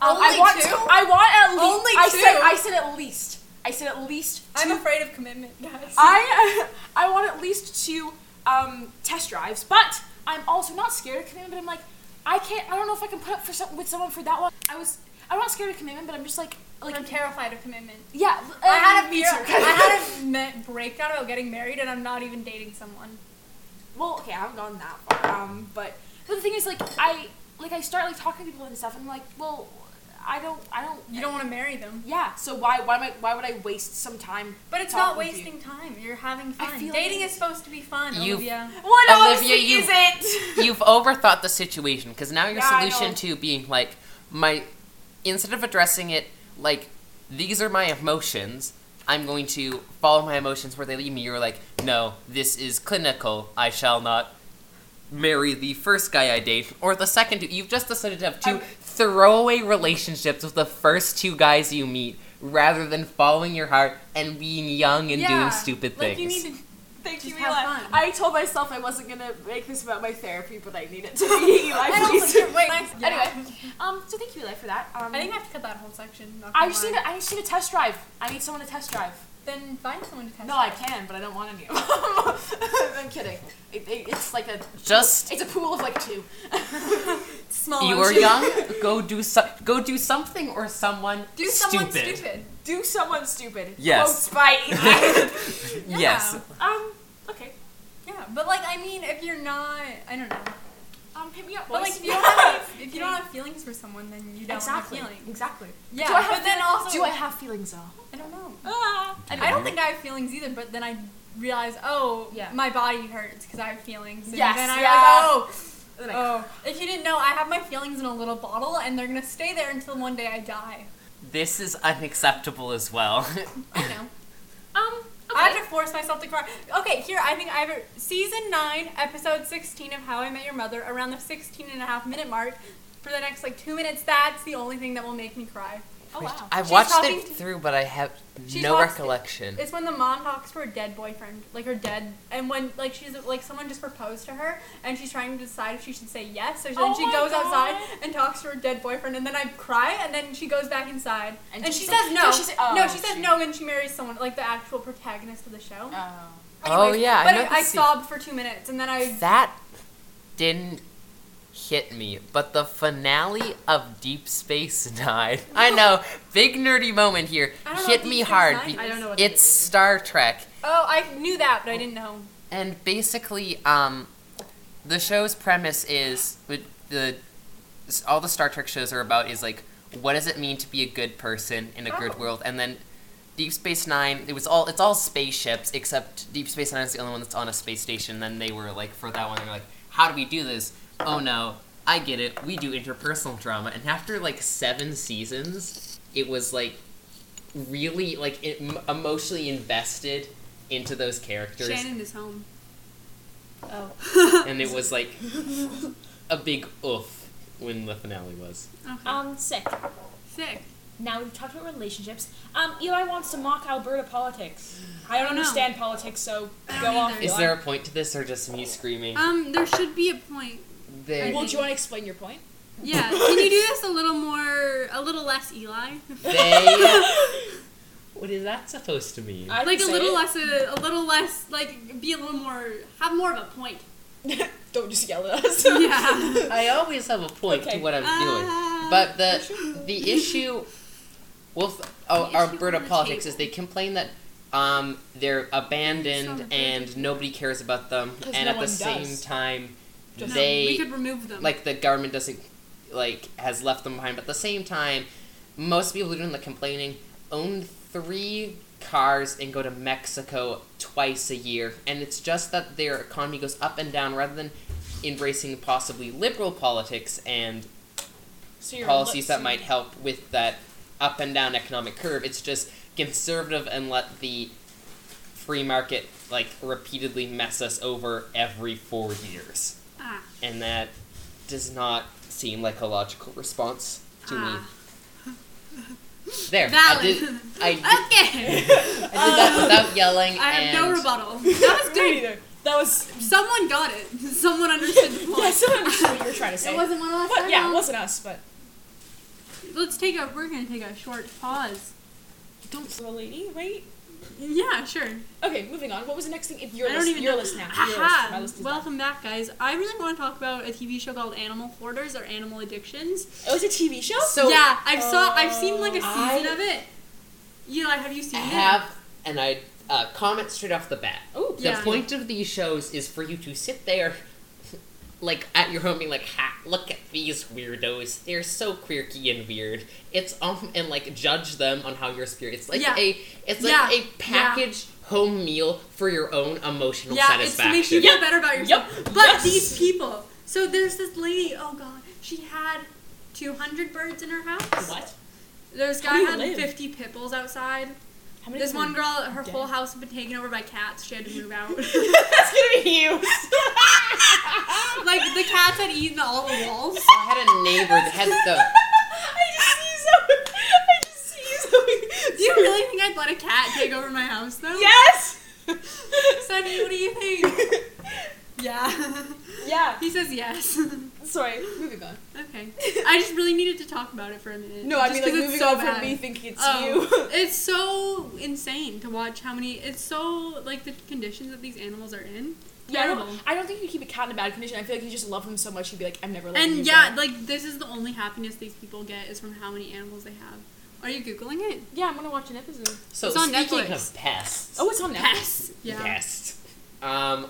Speaker 2: Um, I
Speaker 1: Only
Speaker 2: want.
Speaker 1: two?
Speaker 2: I want at least.
Speaker 1: Only
Speaker 2: I said.
Speaker 1: two?
Speaker 2: I said at least. I said at least.
Speaker 1: I'm
Speaker 2: two-
Speaker 1: afraid of commitment, guys.
Speaker 2: I I want at least two um, test drives, but I'm also not scared of commitment. But I'm like, I can't. I don't know if I can put up for some, with someone for that one. I was. I'm not scared of commitment, but I'm just like like
Speaker 1: I'm terrified of commitment.
Speaker 2: yeah. um,
Speaker 1: I had a
Speaker 2: me
Speaker 1: fear.
Speaker 2: too.
Speaker 1: I had a me- breakdown about getting married, and I'm not even dating someone.
Speaker 2: well, okay, I haven't gone that far. Um, but but the thing is, like, I like I start like talking to people and stuff, and I'm like, well, I don't, I don't,
Speaker 1: You don't want to marry them.
Speaker 2: yeah. So why, why am I, why would I waste some time?
Speaker 1: But it's not
Speaker 2: talking to you?
Speaker 1: wasting time. You're having
Speaker 2: I
Speaker 1: fun.
Speaker 2: feel
Speaker 1: Dating
Speaker 2: like-
Speaker 1: is supposed to be fun,
Speaker 4: You-
Speaker 1: Olivia.
Speaker 2: Well, it
Speaker 4: Olivia,
Speaker 2: obviously
Speaker 4: you-
Speaker 2: isn't.
Speaker 4: do. You've overthought the situation because now your
Speaker 2: Yeah, I know.
Speaker 4: solution to being like my instead of addressing it like these are my emotions. I'm going to follow my emotions where they lead me. You're like, no, this is clinical. I shall not marry the first guy I date or the second two. You've just decided to have two
Speaker 2: I'm-
Speaker 4: throwaway relationships with the first two guys you meet rather than following your heart and being young and
Speaker 1: Yeah,
Speaker 4: doing stupid
Speaker 1: like
Speaker 4: things.
Speaker 1: you need to
Speaker 2: Thank you,
Speaker 1: Just have
Speaker 2: Eli.
Speaker 1: fun.
Speaker 2: I told myself I wasn't gonna make this about my therapy, but I need it to be Eli.
Speaker 1: I don't
Speaker 2: please.
Speaker 1: think you're- wait. yeah.
Speaker 2: Anyway, um, so thank you, Eli, for that. Um,
Speaker 1: I think I have to cut that whole section. not
Speaker 2: I
Speaker 1: gonna
Speaker 2: just
Speaker 1: lie.
Speaker 2: need a, I just need a test drive. I need someone to test drive.
Speaker 1: Then find someone to test.
Speaker 2: No, I can, but I don't want any of them. I'm kidding. It, it, it's like a
Speaker 4: Just-
Speaker 2: It's a pool of like two.
Speaker 1: Small.
Speaker 4: you
Speaker 1: ones.
Speaker 4: are young. Go do so- go do something or someone
Speaker 1: Do someone stupid.
Speaker 2: Do someone stupid. Quotes
Speaker 4: Yes.
Speaker 2: by Eli.
Speaker 1: Yeah.
Speaker 4: Yes.
Speaker 2: um. Okay.
Speaker 1: Yeah, but like I mean, if you're not, I don't know.
Speaker 2: Um, um, pick me up, boys.
Speaker 1: But like, if you don't have any, if you don't have feelings for someone, then you don't
Speaker 2: exactly,
Speaker 1: have feelings.
Speaker 2: exactly.
Speaker 1: Yeah,
Speaker 2: Do I have
Speaker 1: but then
Speaker 2: feelings?
Speaker 1: also,
Speaker 2: do I have feelings though?
Speaker 1: I don't know.
Speaker 2: Ah.
Speaker 1: I don't think I have feelings either, but then I realize, oh,
Speaker 2: Yeah.
Speaker 1: my body hurts because I have feelings. And
Speaker 2: Yes,
Speaker 1: Then I
Speaker 2: yeah.
Speaker 1: realize, oh, oh. If you didn't know, I have my feelings in a little bottle, and they're gonna stay there until one day I die.
Speaker 4: This is unacceptable as well.
Speaker 1: I know.
Speaker 2: Um. Okay.
Speaker 1: I have to force myself to cry. Okay, here, I think I have a, season 9, episode 16 of How I Met Your Mother, around the 16 and a half minute mark. For the next like two minutes, that's the only thing that will make me cry.
Speaker 2: oh wow.
Speaker 4: I
Speaker 1: She's
Speaker 4: watched
Speaker 1: talking
Speaker 4: it
Speaker 1: to-
Speaker 4: through, but I have
Speaker 1: She
Speaker 4: no
Speaker 1: talks-
Speaker 4: recollection.
Speaker 1: It's when the mom talks to her dead boyfriend, like her dead, and when like she's like someone just proposed to her, and she's trying to decide if she should say yes. So then
Speaker 2: Oh
Speaker 1: she
Speaker 2: my
Speaker 1: goes
Speaker 2: God.
Speaker 1: outside and talks to her dead boyfriend, and then I cry, and then she goes back inside,
Speaker 2: And
Speaker 1: and,
Speaker 2: she's
Speaker 1: she
Speaker 2: like-
Speaker 1: says no,
Speaker 2: so she say- oh,
Speaker 1: no, she Uh, says
Speaker 2: shoot.
Speaker 1: no, and she marries someone like the actual protagonist of the show.
Speaker 2: Oh.
Speaker 4: Oh, yeah, I
Speaker 1: but
Speaker 4: know
Speaker 1: I,
Speaker 4: this scene.
Speaker 1: sobbed for two minutes, and then I
Speaker 4: That didn't hit me, but the finale of Deep Space Nine. I know, big nerdy moment here.
Speaker 1: I don't know
Speaker 4: Hit
Speaker 1: what
Speaker 4: me
Speaker 1: Deep Space
Speaker 4: hard.
Speaker 1: Nine
Speaker 4: be-
Speaker 1: is.
Speaker 2: I don't know what that
Speaker 4: It's
Speaker 2: is.
Speaker 4: Star Trek,
Speaker 1: oh I knew that, but I didn't know.
Speaker 4: and basically, um, the show's premise is with the all the Star Trek shows are about is like what does it mean to be a good person in a
Speaker 1: Oh.
Speaker 4: good world, and then. Deep Space Nine, it was all it's all spaceships except Deep Space Nine is the only one that's on a space station. Then they were like for that one, they were like, how do we do this? Oh no, I get it. We do interpersonal drama, and after like seven seasons, it was like really like it, emotionally invested into those characters,
Speaker 1: is home. Oh.
Speaker 4: and it was like a big oof when the finale was.
Speaker 5: Um, sick.
Speaker 1: Sick.
Speaker 5: Now we've talked about relationships. Um, Eli wants to mock Alberta politics. I don't
Speaker 1: I don't know.
Speaker 5: understand politics, so
Speaker 1: I
Speaker 5: go
Speaker 1: don't
Speaker 5: off.
Speaker 1: either.
Speaker 4: Is
Speaker 5: Eli.
Speaker 4: there a point to this, or just me screaming?
Speaker 1: Um, there should be a point.
Speaker 4: They-
Speaker 5: Well, do you want to explain your point?
Speaker 1: Yeah. Can you do this a little more, a little less, Eli?
Speaker 4: They. what is that supposed to mean?
Speaker 5: I
Speaker 1: like a
Speaker 5: can say
Speaker 1: little
Speaker 5: it.
Speaker 1: less, uh, a, a little less, like be a little more, have more of a point.
Speaker 5: Don't just yell at us.
Speaker 1: Yeah.
Speaker 4: I always have a point
Speaker 5: Okay.
Speaker 4: to what I'm
Speaker 1: Uh,
Speaker 4: doing, but the the issue, well, f- oh,
Speaker 1: issue
Speaker 4: Alberta
Speaker 1: on the
Speaker 4: politics
Speaker 1: table.
Speaker 4: is they complain that um, they're
Speaker 1: on the
Speaker 4: abandoned
Speaker 1: table.
Speaker 4: and nobody cares about them,
Speaker 5: 'Cause
Speaker 4: and
Speaker 5: no
Speaker 4: at the
Speaker 5: one
Speaker 4: same
Speaker 5: does.
Speaker 4: time,
Speaker 5: Just-
Speaker 1: we
Speaker 4: they
Speaker 1: could remove them.
Speaker 4: like the government doesn't like has left them behind. But at the same time, most people doing the complaining own three cars and go to Mexico twice a year, and it's just that their economy goes up and down rather than embracing possibly liberal politics and
Speaker 5: So you're
Speaker 4: policies
Speaker 5: li-
Speaker 4: that might help with that up and down economic curve. It's just conservative and let the free market like repeatedly mess us over every four years.
Speaker 1: ah,
Speaker 4: And that does not seem like a logical response to
Speaker 1: ah.
Speaker 4: me. There. I
Speaker 1: Valid.
Speaker 4: did, I, did, I
Speaker 1: Okay.
Speaker 4: did that without yelling
Speaker 1: I have
Speaker 4: and
Speaker 1: no rebuttal. That was
Speaker 5: Me
Speaker 1: good.
Speaker 5: neither. That was.
Speaker 1: Someone got it. Someone understood the point.
Speaker 5: I still understood what you were trying to say.
Speaker 1: It wasn't one of us.
Speaker 5: But
Speaker 1: I
Speaker 5: yeah,
Speaker 1: know.
Speaker 5: it wasn't us. But
Speaker 1: Let's take a. We're gonna take a short pause.
Speaker 5: don't throw a lady, right?
Speaker 1: Yeah, sure.
Speaker 5: Okay, moving on. What was the next thing? If you're
Speaker 1: I don't
Speaker 5: list,
Speaker 1: even
Speaker 5: your
Speaker 1: know.
Speaker 5: list now. Your list. My
Speaker 1: Aha!
Speaker 5: list is done.
Speaker 1: Welcome back, guys. I really want to talk about a TV show called Animal Hoarders or Animal Addictions.
Speaker 5: Oh, it's a TV show.
Speaker 4: so
Speaker 1: yeah, I've saw I've seen like a season
Speaker 4: I-
Speaker 1: of it. Eli, have you seen
Speaker 4: have and I uh, comment straight off the bat.
Speaker 5: Oh,
Speaker 4: The
Speaker 1: Yeah.
Speaker 4: point of these shows is for you to sit there, like at your home, being like, "Ha! Look at these weirdos. They're so quirky and weird." It's um and like judge them on how your spirit. It's like
Speaker 1: Yeah.
Speaker 4: a it's like
Speaker 1: Yeah.
Speaker 4: a
Speaker 1: Yeah.
Speaker 4: packaged home meal for your own
Speaker 1: it?
Speaker 4: emotional
Speaker 1: Yeah, it's to
Speaker 4: satisfaction.
Speaker 1: make you feel better about yourself. But
Speaker 5: Yes.
Speaker 1: these people. So there's this lady. Oh God, she had 200 birds in her house.
Speaker 5: What?
Speaker 1: This
Speaker 5: How
Speaker 1: guy
Speaker 5: do you
Speaker 1: had
Speaker 5: live?
Speaker 1: 50 pitbulls outside.
Speaker 5: How many
Speaker 1: This
Speaker 5: people-
Speaker 1: one girl, her
Speaker 5: dead?
Speaker 1: whole house had been taken over by cats. She had to move out.
Speaker 5: That's gonna be you.
Speaker 1: like the cats had eaten all the walls.
Speaker 4: I had a neighbor that had the
Speaker 5: I just see you so. I just see you so.
Speaker 1: Do you really think I'd let a cat take over my house though?
Speaker 5: Yes.
Speaker 1: Sunny, what do you think? yeah.
Speaker 5: yeah.
Speaker 1: he says yes.
Speaker 5: Sorry. Moving on.
Speaker 1: Okay. I just really needed to talk about it for a minute.
Speaker 5: No, I mean
Speaker 1: Just
Speaker 5: like
Speaker 1: 'cause
Speaker 5: moving
Speaker 1: it's so
Speaker 5: on
Speaker 1: bad.
Speaker 5: from me thinking it's
Speaker 1: Oh, it's so insane to watch how many. It's so like the conditions that these animals are in.
Speaker 5: you. Yeah, I
Speaker 1: Terrible.
Speaker 5: don't, I don't think you keep a cat in a bad condition. I feel like you just love him so much, you'd be like, I'm never letting you
Speaker 1: And yeah,
Speaker 5: go.
Speaker 1: like this is the only happiness these people get is from how many animals they have. Are you googling it?
Speaker 5: yeah, I'm gonna watch an episode.
Speaker 4: so
Speaker 1: It's on Oh,
Speaker 4: speaking
Speaker 1: Netflix.
Speaker 4: of pests.
Speaker 5: Oh, it's on Netflix.
Speaker 1: Yes. Yeah.
Speaker 4: Yes. Um,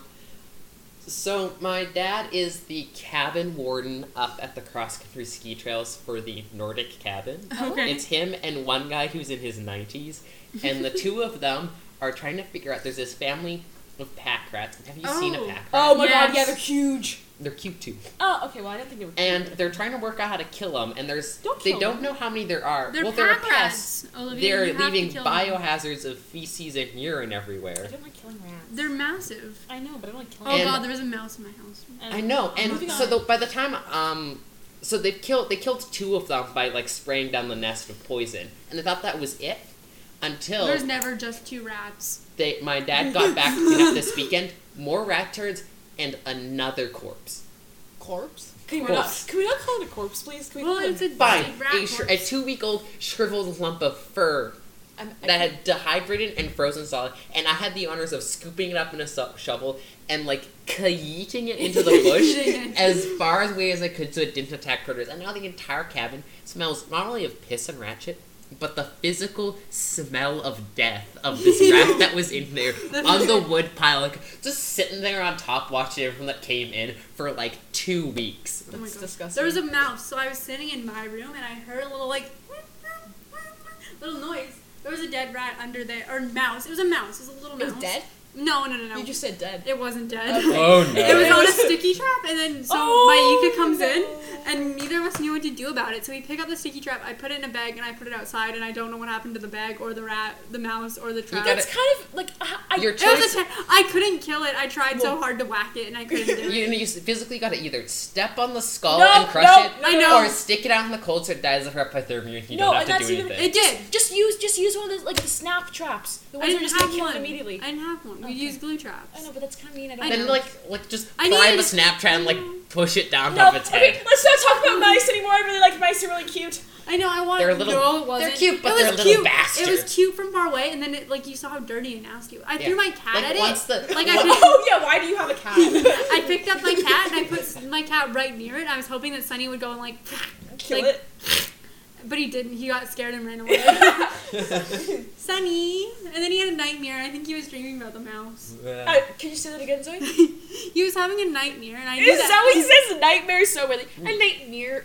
Speaker 4: So my dad is the cabin warden up at the cross country ski trails for the Nordic cabin.
Speaker 2: Okay.
Speaker 4: Oh, It's him and one guy who's in his 90s, and the two of them are trying to figure out. There's this family of pack rats. Have you seen a
Speaker 2: Oh.
Speaker 4: pack rat?
Speaker 2: Oh my god, yeah,
Speaker 6: Yes.
Speaker 2: they're huge.
Speaker 4: They're cute too.
Speaker 6: Oh, okay. Well, I didn't think it would.
Speaker 4: And they're trying to work out how to kill them. And there's
Speaker 6: Don't
Speaker 4: they
Speaker 6: kill
Speaker 4: don't know how many there are.
Speaker 1: They're
Speaker 4: well, they're a
Speaker 1: pack
Speaker 4: pest.
Speaker 1: rats, Olivia.
Speaker 4: They're
Speaker 1: you have to
Speaker 4: leaving
Speaker 1: kill them.
Speaker 4: biohazards of feces and urine everywhere.
Speaker 6: I don't like killing rats.
Speaker 1: They're massive.
Speaker 6: I know, but I don't like killing.
Speaker 1: Oh
Speaker 4: And-
Speaker 1: god, there was a mouse in my house.
Speaker 6: And-
Speaker 4: I know,
Speaker 6: Moving
Speaker 4: and so
Speaker 6: on.
Speaker 4: the, by the time um, so they killed they killed two of them by like spraying down the nest with poison, and they thought that was it, until
Speaker 1: There's never just two rats.
Speaker 4: they my dad got back to clean up this weekend, more rat turds and another corpse.
Speaker 2: Corpse? Can we, not,
Speaker 4: Corpse.
Speaker 2: can we not call it a corpse, please? Can we
Speaker 1: Well,
Speaker 2: call it
Speaker 1: it's a
Speaker 4: Fine,
Speaker 1: big rat.
Speaker 4: a, sh- a
Speaker 1: corpse.
Speaker 4: two week old shriveled lump of fur
Speaker 2: I'm, I
Speaker 4: that
Speaker 2: think-
Speaker 4: had dehydrated and frozen solid, and I had the honors of scooping it up in a so- shovel and like yeeting it into the bush as far away as I could so it didn't attack critters. And now the entire cabin smells not only of piss and ratchet, but the physical smell of death of this rat that was in there on the wood pile, like just sitting there on top, watching everyone that came in for like two weeks.
Speaker 1: Oh my
Speaker 2: That's
Speaker 1: God.
Speaker 2: disgusting.
Speaker 1: There was a mouse, so I was sitting in my room and I heard a little like little noise. There was a dead rat under there, or mouse. It was a mouse. It was a little mouse.
Speaker 2: It was dead?
Speaker 1: No, no, no, no.
Speaker 2: You just said dead.
Speaker 1: It wasn't dead.
Speaker 2: Okay.
Speaker 7: Oh
Speaker 1: It was
Speaker 2: It
Speaker 1: on a
Speaker 2: was-
Speaker 1: sticky trap, and then so
Speaker 2: Oh,
Speaker 1: my Maika comes in,
Speaker 2: no.
Speaker 1: and neither of us knew what to do about it. So we pick up the sticky trap, I put it in a bag, and I put it outside, and I don't know what happened to the bag or the rat, the mouse or the trap.
Speaker 4: got
Speaker 2: It's kind of like I, I,
Speaker 4: Your
Speaker 1: It was
Speaker 4: choice.
Speaker 1: a ter- I couldn't kill it. I tried so
Speaker 2: Well-
Speaker 1: hard to whack it, and I couldn't do it.
Speaker 4: You, know, you s- physically got to either step on the skull
Speaker 2: No,
Speaker 4: and crush
Speaker 2: no,
Speaker 4: it,
Speaker 2: no, I know.
Speaker 4: or stick it out in the cold so it dies of hypothermia and you
Speaker 2: No, and
Speaker 4: don't have to
Speaker 2: that's
Speaker 4: do
Speaker 2: even-
Speaker 4: anything.
Speaker 1: It did.
Speaker 6: Just use, just use one of those, like the snap traps. The
Speaker 1: I
Speaker 6: ones that are
Speaker 1: didn't
Speaker 6: just gonna
Speaker 1: have
Speaker 6: kill
Speaker 1: one.
Speaker 6: it immediately.
Speaker 1: I didn't have one. We
Speaker 6: Okay.
Speaker 1: used glue traps.
Speaker 6: I know, but that's kind of mean. I don't.
Speaker 1: I
Speaker 4: then
Speaker 1: know.
Speaker 4: like like just
Speaker 1: I mm.
Speaker 4: fly
Speaker 1: need-
Speaker 4: the Snapchat and like push it down
Speaker 2: no,
Speaker 4: off its head.
Speaker 2: okay, let's not talk about mice anymore. I really like mice; they're really cute.
Speaker 1: I know. I wanted.
Speaker 4: They're little-
Speaker 1: No, it wasn't.
Speaker 4: they're cute, but
Speaker 1: it was
Speaker 4: they're little
Speaker 1: cute.
Speaker 4: bastards.
Speaker 1: It was cute from far away, and then it like you saw how dirty and nasty. it was. I
Speaker 4: Yeah.
Speaker 1: threw my cat
Speaker 4: Like,
Speaker 1: at
Speaker 4: once
Speaker 1: it.
Speaker 4: the-
Speaker 1: like I
Speaker 4: once-
Speaker 1: could
Speaker 2: Oh yeah, why do you have a cat?
Speaker 1: I picked up my cat and I put s- my cat right near it. I was hoping that Sunny would go and like,
Speaker 2: Kill
Speaker 1: like,
Speaker 2: it.
Speaker 1: but he didn't. He got scared and ran away. Sunny, and then he had a nightmare. I think he was dreaming about the mouse.
Speaker 2: Uh, can you say that again, Zoe? Is
Speaker 1: He was having a nightmare, and I knew
Speaker 2: that what he
Speaker 1: that.
Speaker 2: says? Nightmare so really. A nightmare.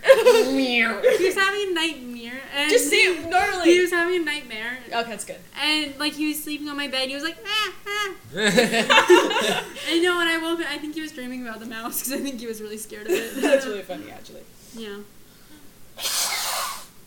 Speaker 1: he was having a nightmare, and
Speaker 2: Just say it
Speaker 1: he
Speaker 2: normally.
Speaker 1: was having a nightmare,
Speaker 2: Okay, that's good.
Speaker 1: and like he was sleeping on my bed. And he was like, ah, ah. I know. When I woke up, I think he was dreaming about the mouse because I think he was really scared of
Speaker 2: That's
Speaker 1: it.
Speaker 2: really funny, actually.
Speaker 1: yeah,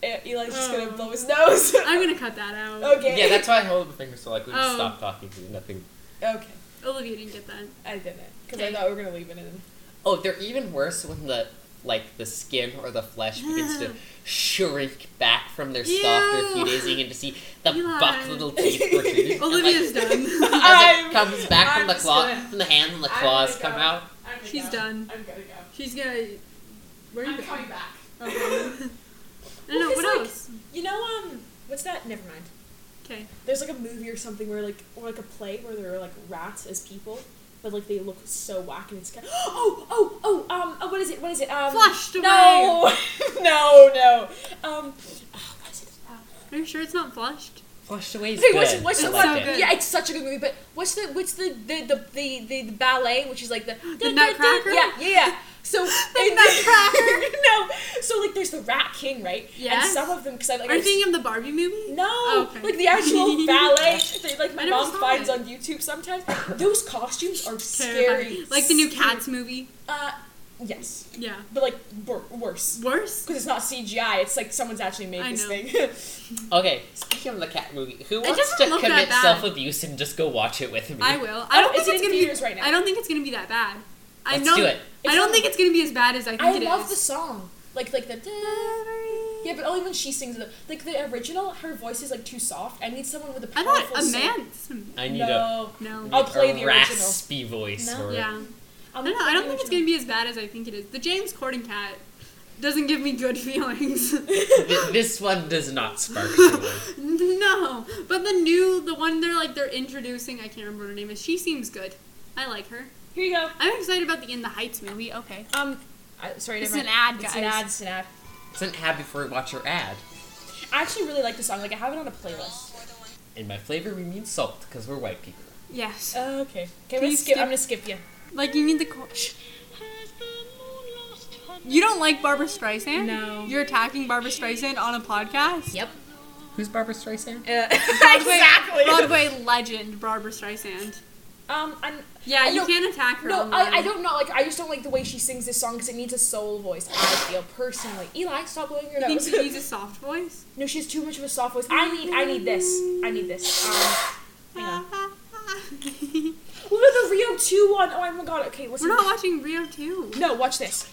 Speaker 2: Eh, Eli's just gonna
Speaker 1: Oh.
Speaker 2: blow his nose.
Speaker 1: I'm gonna cut that out.
Speaker 2: okay.
Speaker 4: yeah, that's why I hold up a finger so like we just
Speaker 1: Oh.
Speaker 4: stop talking to you, nothing.
Speaker 2: Okay,
Speaker 1: Olivia didn't get that.
Speaker 2: I didn't because I
Speaker 1: Okay.
Speaker 2: thought we were gonna leave it in.
Speaker 4: Oh, they're even worse when the like the skin or the flesh begins to shrink back from their skull after a few
Speaker 1: Ew.
Speaker 4: days. You can just see the
Speaker 1: Eli.
Speaker 4: buck little teeth protruding. and, like,
Speaker 1: Olivia's done.
Speaker 4: as
Speaker 2: I'm-
Speaker 4: it comes back
Speaker 2: I'm
Speaker 4: from the
Speaker 2: just
Speaker 4: claw,
Speaker 2: gonna-
Speaker 4: from the hand and the
Speaker 2: I'm
Speaker 4: claws
Speaker 2: gonna
Speaker 4: come
Speaker 2: go.
Speaker 4: out.
Speaker 2: I'm gonna
Speaker 1: She's
Speaker 2: go.
Speaker 1: done.
Speaker 2: I'm gonna go.
Speaker 1: She's gonna. Where are you
Speaker 2: I'm
Speaker 1: going?
Speaker 2: coming back.
Speaker 1: I don't know.
Speaker 2: Well, 'cause,
Speaker 1: What
Speaker 2: like-
Speaker 1: else?
Speaker 2: You know, um, what's that? Never mind.
Speaker 1: Okay.
Speaker 2: There's like a movie or something where like or like a play where there are like rats as people, but like they look so whack and it's kind of oh oh oh um oh, what is it what is it um
Speaker 1: Flushed away.
Speaker 2: no no no um oh, what is it um,
Speaker 1: Are you sure it's not flushed?
Speaker 4: Flushed away is
Speaker 2: okay,
Speaker 4: good.
Speaker 2: what's, what's the
Speaker 4: I
Speaker 1: It's
Speaker 2: one
Speaker 4: like
Speaker 1: so
Speaker 4: it.
Speaker 1: good.
Speaker 2: yeah it's such a good movie but what's the what's the the the the, the, the ballet which is like the
Speaker 1: The Nutcracker?
Speaker 2: yeah yeah yeah so the
Speaker 1: Nutcracker.
Speaker 2: no so like there's the Rat King right and
Speaker 1: Yes.
Speaker 2: some of them because I like
Speaker 1: Are you
Speaker 2: I've
Speaker 1: thinking of the Barbie movie?
Speaker 2: no,
Speaker 1: Okay.
Speaker 2: like the actual ballet that like my
Speaker 1: I never
Speaker 2: mom
Speaker 1: saw
Speaker 2: finds
Speaker 1: it.
Speaker 2: on YouTube sometimes. Those costumes are
Speaker 1: Terrifying.
Speaker 2: scary.
Speaker 1: Like the new Cats movie.
Speaker 2: Uh, yes,
Speaker 1: Yeah.
Speaker 2: but like wor- worse
Speaker 1: Worse.
Speaker 2: because it's not CGI. It's like someone's actually made
Speaker 1: I
Speaker 2: this
Speaker 1: know.
Speaker 2: thing.
Speaker 4: Okay, speaking of the cat movie, who wants
Speaker 1: doesn't
Speaker 4: to
Speaker 1: look that
Speaker 4: commit
Speaker 1: bad.
Speaker 4: self abuse and just go watch it with me?
Speaker 1: I will. I don't
Speaker 2: Oh, is
Speaker 1: think it's
Speaker 2: it in
Speaker 1: gonna
Speaker 2: theaters
Speaker 1: be.
Speaker 2: right now?
Speaker 1: I don't think it's gonna be that bad. I
Speaker 4: Let's
Speaker 1: know.
Speaker 4: do it.
Speaker 1: I don't think it's gonna be as bad as I think
Speaker 2: I
Speaker 1: it
Speaker 2: love the
Speaker 1: is.
Speaker 2: song. Like like the yeah, but only when she sings it. Like the original, her voice is like too soft. I need someone with a
Speaker 1: I
Speaker 2: powerful.
Speaker 1: thought a
Speaker 2: sing-
Speaker 1: man.
Speaker 4: I need a,
Speaker 2: No,
Speaker 1: No.
Speaker 2: I'll play
Speaker 4: a
Speaker 2: the original.
Speaker 4: raspy voice.
Speaker 2: No.
Speaker 4: Or,
Speaker 1: Yeah.
Speaker 2: I'll
Speaker 1: I don't know. I
Speaker 2: play the
Speaker 1: don't think it's
Speaker 2: original.
Speaker 1: gonna be as bad as I think it is. The James Corden cat doesn't give me good feelings.
Speaker 4: Th- this one does not spark joy.
Speaker 1: No, but the new, the one they're like they're introducing. I can't remember what her name is. She seems good. I like her.
Speaker 2: Here you go.
Speaker 1: I'm excited about the In the Heights movie. Okay,
Speaker 2: Um, I, sorry,
Speaker 1: It's
Speaker 2: never
Speaker 1: an
Speaker 2: mind.
Speaker 1: ad,
Speaker 2: It's an
Speaker 1: guys.
Speaker 2: ad. It's an ad.
Speaker 4: It's an ad before we watch your ad.
Speaker 2: I actually really like the song. Like I have it on a playlist.
Speaker 4: And by flavor, we mean salt, because we're white people.
Speaker 1: yes.
Speaker 2: Oh, okay. Okay, I'm
Speaker 1: Can
Speaker 2: gonna
Speaker 1: you
Speaker 2: skip.
Speaker 1: skip-
Speaker 2: I'm gonna skip you.
Speaker 1: Like you need the. Cor- Shh. you don't like Barbara Streisand?
Speaker 5: No.
Speaker 1: You're attacking Barbara Streisand on a podcast.
Speaker 5: Yep.
Speaker 4: Who's Barbara Streisand?
Speaker 1: Uh, Broadway, exactly. Broadway legend Barbara Streisand.
Speaker 2: Um, I'm,
Speaker 1: Yeah,
Speaker 2: I
Speaker 1: you
Speaker 2: don't-
Speaker 1: can't attack her.
Speaker 2: no,
Speaker 1: online.
Speaker 2: I, I don't know. Like, I just don't like the way she sings this song because it needs a soul voice. I feel personally. Eli, stop blowing your
Speaker 1: You think
Speaker 2: nose.
Speaker 1: she needs a soft voice?
Speaker 2: no, she has too much of a soft voice. I need, I need this. I need this. Um, hang on. What about the Rio Two one? Oh my god. Okay, listen.
Speaker 1: We're not watching Rio 2.
Speaker 2: No, watch this.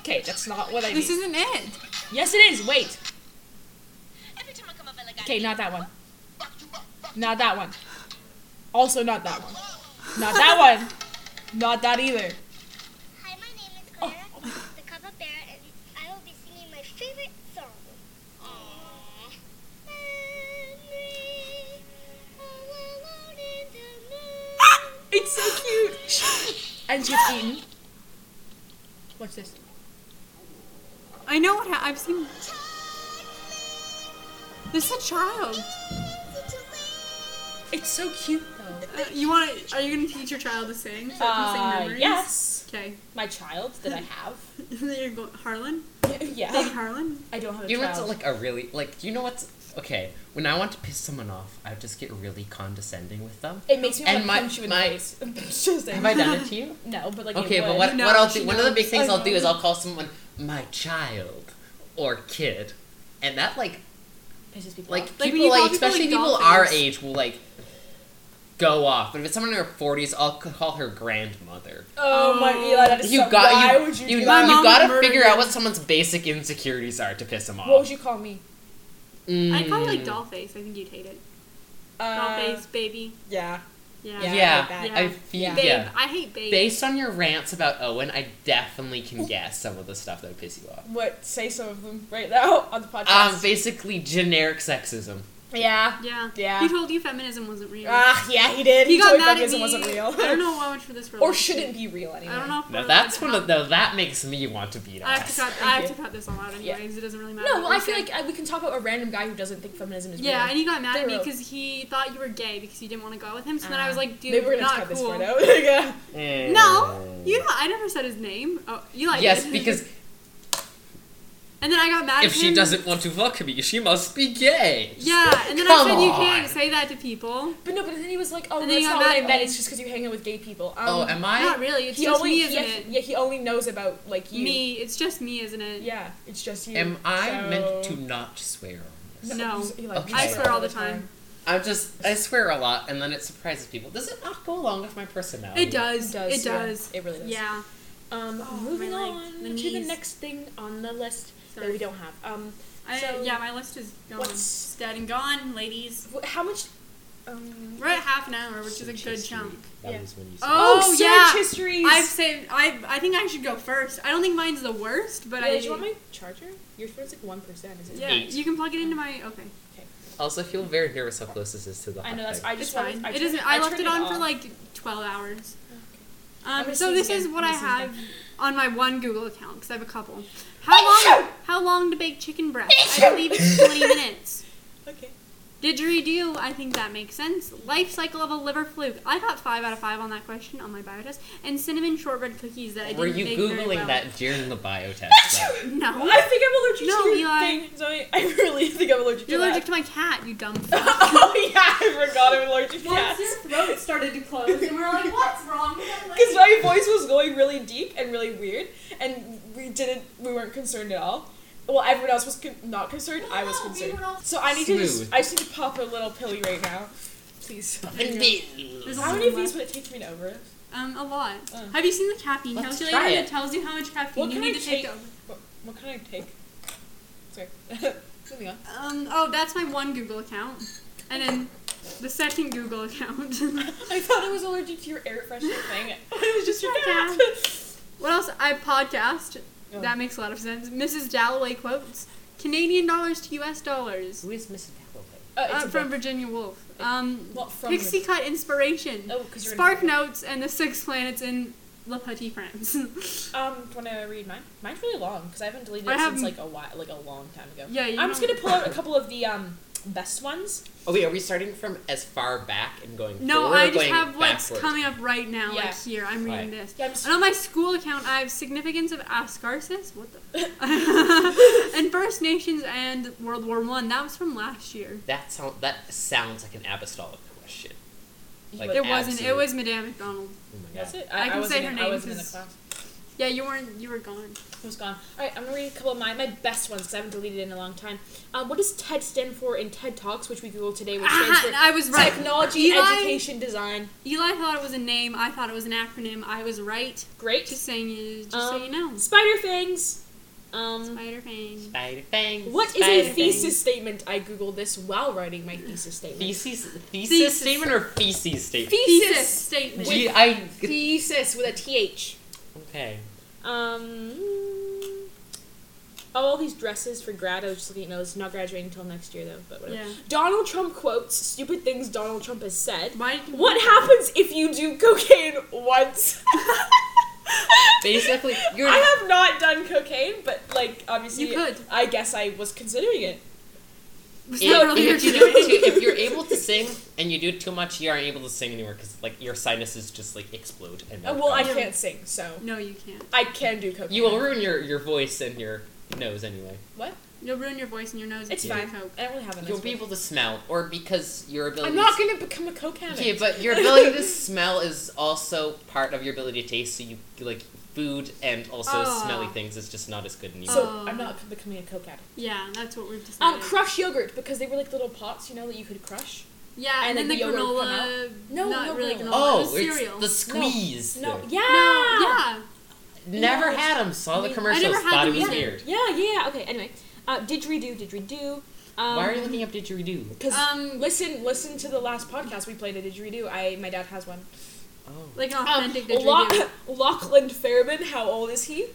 Speaker 2: Okay, that's not what I mean.
Speaker 1: This isn't it.
Speaker 2: yes, it is. Wait. Okay, not that one. Not that one. Also, not that one. Not that one. Not that either.
Speaker 8: Hi, my name is Clara, the Cubba Bear, and I will be singing my favorite song. Aww. Memory, all alone in the moon.
Speaker 2: It's so cute. and she gets eaten. Watch this.
Speaker 1: I know what ha- I've seen. This is a child.
Speaker 2: It's so cute though.
Speaker 1: Uh, you want? to Are you gonna teach your child to sing? So they can sing
Speaker 2: Uh,
Speaker 1: memories?
Speaker 2: yes.
Speaker 1: Okay.
Speaker 2: My child that I have.
Speaker 1: You're going Harlan. Big
Speaker 2: Yeah.
Speaker 1: Harlan.
Speaker 2: I don't have a
Speaker 4: You know
Speaker 2: child.
Speaker 4: what's like a really like you know what's okay. When I want to piss someone off, I just get really condescending with them.
Speaker 2: it makes me want
Speaker 4: and
Speaker 2: to
Speaker 4: my-
Speaker 2: punch you in
Speaker 4: my-
Speaker 2: the face. It's just like-
Speaker 4: Have I done it to you?
Speaker 2: No, but like. it
Speaker 4: Okay, but
Speaker 2: would.
Speaker 4: what
Speaker 1: No,
Speaker 4: what I'll
Speaker 1: she
Speaker 4: do one of the big
Speaker 1: knows.
Speaker 4: things
Speaker 1: I
Speaker 4: I'll do
Speaker 1: know.
Speaker 4: is I'll call someone my child or kid. And that like
Speaker 2: pisses people
Speaker 4: like
Speaker 2: off.
Speaker 1: Like, when
Speaker 4: people
Speaker 1: you
Speaker 4: like,
Speaker 1: call people,
Speaker 4: especially
Speaker 1: like,
Speaker 4: people
Speaker 1: dolphins.
Speaker 4: our age will like go off. But if it's someone in their forties, I'll c- call her grandmother.
Speaker 2: Oh my Eli, that is
Speaker 4: You
Speaker 2: so,
Speaker 4: got
Speaker 2: why
Speaker 4: you.
Speaker 2: would you,
Speaker 4: you,
Speaker 2: do
Speaker 4: you
Speaker 2: that?
Speaker 1: My mom would
Speaker 4: gotta
Speaker 1: murder
Speaker 4: figure
Speaker 1: you.
Speaker 4: out what someone's basic insecurities are to piss them off.
Speaker 2: What would you call me?
Speaker 4: Mm.
Speaker 1: I'd probably like Dollface. I think you'd hate it.
Speaker 2: Uh,
Speaker 1: Dollface, baby.
Speaker 2: Yeah.
Speaker 1: Yeah.
Speaker 2: Yeah.
Speaker 4: Yeah,
Speaker 2: I like
Speaker 1: that.
Speaker 4: I feel
Speaker 2: Yeah.
Speaker 4: yeah.
Speaker 1: Babe. I hate babe.
Speaker 4: Based on your rants about Owen, I definitely can guess some of the stuff that would piss you off.
Speaker 2: What? Say some of them right now on the podcast.
Speaker 4: Um, basically generic sexism.
Speaker 2: yeah.
Speaker 1: Yeah.
Speaker 2: Yeah.
Speaker 1: He told you feminism wasn't real.
Speaker 2: Ah, yeah, he did.
Speaker 1: he got
Speaker 2: totally
Speaker 1: mad at
Speaker 2: focused
Speaker 1: me.
Speaker 2: and wasn't real.
Speaker 1: I don't know how much for this.
Speaker 2: or shouldn't be real anyway.
Speaker 1: I don't know. If
Speaker 4: Now
Speaker 1: we're
Speaker 4: that's
Speaker 1: allowed
Speaker 4: one
Speaker 1: to
Speaker 4: of though that makes me want to beat
Speaker 1: I have to
Speaker 4: ass.
Speaker 1: cut. I have
Speaker 2: you.
Speaker 1: to cut this all out
Speaker 2: Yeah.
Speaker 1: anyways. It doesn't really matter.
Speaker 2: No, well,
Speaker 1: what
Speaker 2: I
Speaker 1: we
Speaker 2: feel
Speaker 1: say.
Speaker 2: like uh, we can talk about a random guy who doesn't think feminism is
Speaker 1: Yeah, and
Speaker 2: real.
Speaker 1: he got mad at me
Speaker 2: They're-
Speaker 1: because he thought you were gay because you didn't want to go with him. So then I was
Speaker 5: Ah.
Speaker 1: like, dude,
Speaker 2: Maybe we're gonna
Speaker 1: not
Speaker 2: cut
Speaker 1: cool.
Speaker 2: this part out. yeah.
Speaker 4: Eh.
Speaker 1: No, you know, I never said his name. Oh, you like
Speaker 4: Yes, because
Speaker 1: and then I got mad
Speaker 4: if
Speaker 1: at him.
Speaker 4: she doesn't want to fuck me, she must be gay.
Speaker 1: Yeah, and then I
Speaker 4: Come
Speaker 1: said you
Speaker 4: on.
Speaker 1: can't say that to people.
Speaker 2: But no, but then he was like, oh,
Speaker 1: And
Speaker 2: no,
Speaker 1: then
Speaker 2: it's
Speaker 1: he got
Speaker 2: not what
Speaker 1: mad
Speaker 2: I
Speaker 1: at
Speaker 2: meant.
Speaker 1: me.
Speaker 2: It's just because you hang out with gay people. Um,
Speaker 4: oh, am I?
Speaker 1: Not really. It's
Speaker 2: He
Speaker 1: just
Speaker 2: only,
Speaker 1: me,
Speaker 2: he-
Speaker 1: isn't it?
Speaker 2: Yeah, he only knows about like you.
Speaker 1: Me. It's just me, isn't it?
Speaker 2: Yeah, it's just you.
Speaker 4: Am I
Speaker 2: so-
Speaker 4: meant to not swear?
Speaker 1: No.
Speaker 2: Eli,
Speaker 4: Okay.
Speaker 2: you
Speaker 4: I
Speaker 1: swear all the time.
Speaker 4: I'm just I swear a lot, and then it surprises people. Does it not go along with my personality?
Speaker 1: It does.
Speaker 2: It
Speaker 1: It
Speaker 2: does.
Speaker 1: does.
Speaker 2: Yeah, it really does.
Speaker 1: Yeah.
Speaker 2: Um,
Speaker 1: Oh,
Speaker 2: moving
Speaker 1: my
Speaker 2: on
Speaker 1: legs, my
Speaker 2: to the
Speaker 1: knees.
Speaker 2: next thing on the list that
Speaker 1: Sorry.
Speaker 2: we don't have. Um,
Speaker 1: I,
Speaker 2: So-
Speaker 1: yeah, my list is gone.
Speaker 2: What's-
Speaker 1: It's dead and gone, ladies.
Speaker 2: wh- how much? Um,
Speaker 1: We're at half an hour, which is a
Speaker 4: Search
Speaker 1: good
Speaker 4: history.
Speaker 1: chunk.
Speaker 4: That
Speaker 2: Yeah.
Speaker 4: was when you said-
Speaker 1: Oh,
Speaker 2: search
Speaker 1: yeah.
Speaker 2: histories.
Speaker 1: I've saved. I I think I should go first. I don't think mine's the worst, but
Speaker 2: yeah,
Speaker 1: I.
Speaker 2: did you want my charger? Your phone's like one percent, isn't it?
Speaker 1: yeah,
Speaker 4: Eight.
Speaker 1: you can plug it into my. Okay,
Speaker 4: Also, I feel very nervous how close this is to the hot
Speaker 2: I know that's.
Speaker 4: tub.
Speaker 2: I
Speaker 1: it's
Speaker 2: just wanted-
Speaker 1: fine.
Speaker 2: I
Speaker 1: it
Speaker 2: turned-
Speaker 1: isn't. I, left
Speaker 2: turned
Speaker 1: it on for
Speaker 2: off.
Speaker 1: like twelve hours.
Speaker 2: I'm
Speaker 1: Um,
Speaker 2: gonna
Speaker 1: so
Speaker 2: sneeze
Speaker 1: this
Speaker 2: again.
Speaker 1: is what
Speaker 2: I'm
Speaker 1: I
Speaker 2: gonna sneeze
Speaker 1: have
Speaker 2: again.
Speaker 1: on my one Google account because I have a couple. How long? How long to bake chicken breast? I believe it's twenty minutes.
Speaker 2: Okay.
Speaker 1: Didgeridoo, I think that makes sense. Life cycle of a liver fluke. I got five out of five on that question on my bio test. And cinnamon shortbread cookies that I
Speaker 4: Were
Speaker 1: didn't
Speaker 4: you
Speaker 1: make
Speaker 4: googling
Speaker 1: very well.
Speaker 4: that during the bio test? though?
Speaker 1: No.
Speaker 2: I think I'm allergic
Speaker 1: No,
Speaker 2: to your
Speaker 1: Eli.
Speaker 2: thing, Zoe. I really think I'm allergic
Speaker 1: You're
Speaker 2: to
Speaker 1: allergic
Speaker 2: that.
Speaker 1: to my cat, you dumb.
Speaker 2: oh yeah, I forgot I'm allergic to
Speaker 9: Once your
Speaker 2: cats.
Speaker 9: throat started to close, and we're like, what's wrong with that
Speaker 2: Because
Speaker 9: lady?
Speaker 2: my voice was going really deep and really weird, and we didn't, we weren't concerned at all. Well, everyone else was con- not concerned. I was
Speaker 9: No, we
Speaker 2: concerned.
Speaker 9: were all-
Speaker 2: So I need to, just,
Speaker 4: Smooth.
Speaker 2: I just need to pop a little pilly right now, please.
Speaker 1: There's
Speaker 2: How
Speaker 1: a
Speaker 2: many of
Speaker 1: lot.
Speaker 2: these would it take me to over? it?
Speaker 1: Um, a lot.
Speaker 2: Oh.
Speaker 1: Have you seen the caffeine
Speaker 4: Let's
Speaker 1: calculator
Speaker 4: try it.
Speaker 1: that tells you how much caffeine
Speaker 2: What
Speaker 1: you
Speaker 2: can
Speaker 1: need
Speaker 2: I
Speaker 1: to take?
Speaker 2: take?
Speaker 1: to over-
Speaker 2: What, what can I take? Sorry. Moving on.
Speaker 1: Um, oh, that's my one Google account. And then the second Google account.
Speaker 2: I thought I was allergic to your air freshener thing. it was just your
Speaker 1: Yeah.
Speaker 2: cat.
Speaker 1: what else? I podcast.
Speaker 2: Oh.
Speaker 1: That makes a lot of sense. Mrs. Dalloway quotes Canadian dollars to US dollars.
Speaker 4: Who is Miss Dalloway?
Speaker 2: Uh, it's
Speaker 1: Uh,
Speaker 2: a
Speaker 1: from
Speaker 2: book.
Speaker 1: Virginia Woolf. Um,
Speaker 2: Well, from
Speaker 1: Pixie Cut Inspiration.
Speaker 2: Oh, 'cause you're in
Speaker 1: Spark
Speaker 2: Florida.
Speaker 1: Notes and the Six Planets in La Petite France.
Speaker 2: Um, do you want to read mine? Mine's really long because I haven't deleted
Speaker 1: I
Speaker 2: it since
Speaker 1: haven't-
Speaker 2: like a while, like a long time ago.
Speaker 1: Yeah, you
Speaker 2: I'm just
Speaker 1: don't-
Speaker 2: gonna pull out a couple of the um best ones.
Speaker 4: Okay, are we starting from as far back and going
Speaker 1: No,
Speaker 4: forward? or
Speaker 1: I just
Speaker 4: going
Speaker 1: have what's
Speaker 4: backwards?
Speaker 1: coming up right now.
Speaker 2: Yeah.
Speaker 1: Like here, I'm reading
Speaker 4: Right.
Speaker 1: this.
Speaker 2: Yeah, I'm s-
Speaker 1: And on my school account, I have significance of Ascarsis. What the? and First Nations and World War One. That was from last year.
Speaker 4: That sound that sounds like an apostolic question. Like
Speaker 1: There wasn't. It
Speaker 4: absolute-
Speaker 1: was Madame McDonald.
Speaker 4: Oh my
Speaker 2: That's
Speaker 4: god.
Speaker 2: it.
Speaker 1: I can
Speaker 2: wasn't
Speaker 1: say her
Speaker 2: in- I
Speaker 1: name
Speaker 2: wasn't in the
Speaker 1: 'cause-
Speaker 2: class.
Speaker 1: Yeah, you weren't. You were gone.
Speaker 2: It was gone. All right, I'm gonna read a couple of mine, my best ones because I haven't deleted in a long time. Um, what does TED stand for in TED Talks, which we googled today, which stands
Speaker 1: Ah,
Speaker 2: for
Speaker 1: I was right.
Speaker 2: Technology,
Speaker 1: Eli-
Speaker 2: Education, Design.
Speaker 1: Eli thought it was a name. I thought it was an acronym. I was right.
Speaker 2: Great.
Speaker 1: Just saying you. Just
Speaker 2: Um,
Speaker 1: so you know.
Speaker 2: Spider fangs. Um,
Speaker 1: Spider Fang.
Speaker 4: Spider fangs.
Speaker 2: what is
Speaker 4: spider
Speaker 2: a
Speaker 4: fangs.
Speaker 2: thesis statement? I googled this while writing my thesis statement.
Speaker 4: Thesis, thesis
Speaker 1: Thesis.
Speaker 4: statement or feces statement?
Speaker 1: Thesis statement.
Speaker 4: Gee, I-
Speaker 2: Thesis with a th.
Speaker 4: okay.
Speaker 2: Um. Oh, all these dresses for grad. I was just looking at those. Not graduating until next year though, but whatever.
Speaker 1: Yeah.
Speaker 2: Donald Trump quotes stupid things Donald Trump has said.
Speaker 1: Why?
Speaker 2: What happens if you do cocaine once?
Speaker 4: Basically, you're.
Speaker 2: I have not done cocaine, but like obviously,
Speaker 1: You could.
Speaker 2: I guess I was considering it.
Speaker 1: Was
Speaker 4: if,
Speaker 1: that really
Speaker 4: if you
Speaker 1: your
Speaker 4: do it too, if you're able to sing and you do it too much, you aren't able to sing anymore because like your sinuses just like explode and
Speaker 2: Uh,
Speaker 4: melt
Speaker 2: Well, I
Speaker 4: out.
Speaker 2: can't sing, so
Speaker 1: No, you can't.
Speaker 2: I can do cocaine.
Speaker 4: you will ruin your your voice and your nose anyway.
Speaker 2: What?
Speaker 1: You'll ruin your voice and your nose. if
Speaker 2: It's
Speaker 1: you drink
Speaker 2: fine.
Speaker 1: Coke.
Speaker 2: I don't really have an.
Speaker 4: You'll be able to smell, or because your ability.
Speaker 2: I'm not gonna become a coke addict.
Speaker 4: Okay, but your ability to smell is also part of your ability to taste. So you like food and also
Speaker 1: Oh.
Speaker 4: smelly things is just not as good anymore.
Speaker 2: so
Speaker 1: Oh.
Speaker 2: I'm not becoming a coke addict.
Speaker 1: Yeah, that's what we've decided.
Speaker 2: Um, crush yogurt because they were like little pots, you know, that you could crush.
Speaker 1: Yeah, and,
Speaker 2: And
Speaker 1: then
Speaker 2: then
Speaker 1: the
Speaker 2: the yogurt would come
Speaker 1: granola.
Speaker 2: No,
Speaker 1: not
Speaker 2: no
Speaker 1: really
Speaker 2: granola.
Speaker 1: granola.
Speaker 4: oh,
Speaker 1: it was
Speaker 4: it's
Speaker 1: cereal.
Speaker 4: the squeeze.
Speaker 2: No.
Speaker 4: thing.
Speaker 2: Yeah.
Speaker 1: No, yeah.
Speaker 4: Never
Speaker 2: Yeah.
Speaker 4: had them. Saw the
Speaker 2: I
Speaker 4: commercials.
Speaker 1: never had
Speaker 4: thought
Speaker 1: them
Speaker 4: it was
Speaker 1: either.
Speaker 4: weird.
Speaker 2: Yeah. Yeah. yeah. Okay. Anyway, uh, didgeridoo, didgeridoo. Um,
Speaker 4: Why are you looking up didgeridoo?
Speaker 2: Because
Speaker 1: Um,
Speaker 2: listen, listen to the last podcast we played a didgeridoo. I my dad has one.
Speaker 4: Oh.
Speaker 1: Like an
Speaker 2: Um,
Speaker 1: authentic
Speaker 2: Loch-
Speaker 1: didgeridoo.
Speaker 2: Lachlan Fairman, how old is he?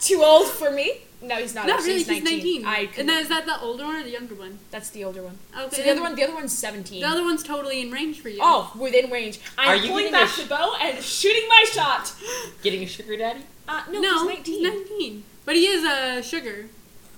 Speaker 2: Too old for me? No, he's not.
Speaker 1: Not
Speaker 2: actually,
Speaker 1: really,
Speaker 2: he's 19. I
Speaker 1: and
Speaker 2: couldn't-
Speaker 1: then is that the older one or the younger one?
Speaker 2: that's the older one.
Speaker 1: Okay.
Speaker 2: So the other one, the other one's 17.
Speaker 1: The other one's totally in range for you.
Speaker 2: oh, within range.
Speaker 4: Are
Speaker 2: I'm
Speaker 4: you
Speaker 2: pulling
Speaker 4: getting a
Speaker 2: back
Speaker 4: sh-
Speaker 2: the bow and shooting my shot.
Speaker 4: Getting a sugar daddy?
Speaker 2: Uh, no,
Speaker 1: no,
Speaker 2: he's 19.
Speaker 1: 19. But he is uh, sugar,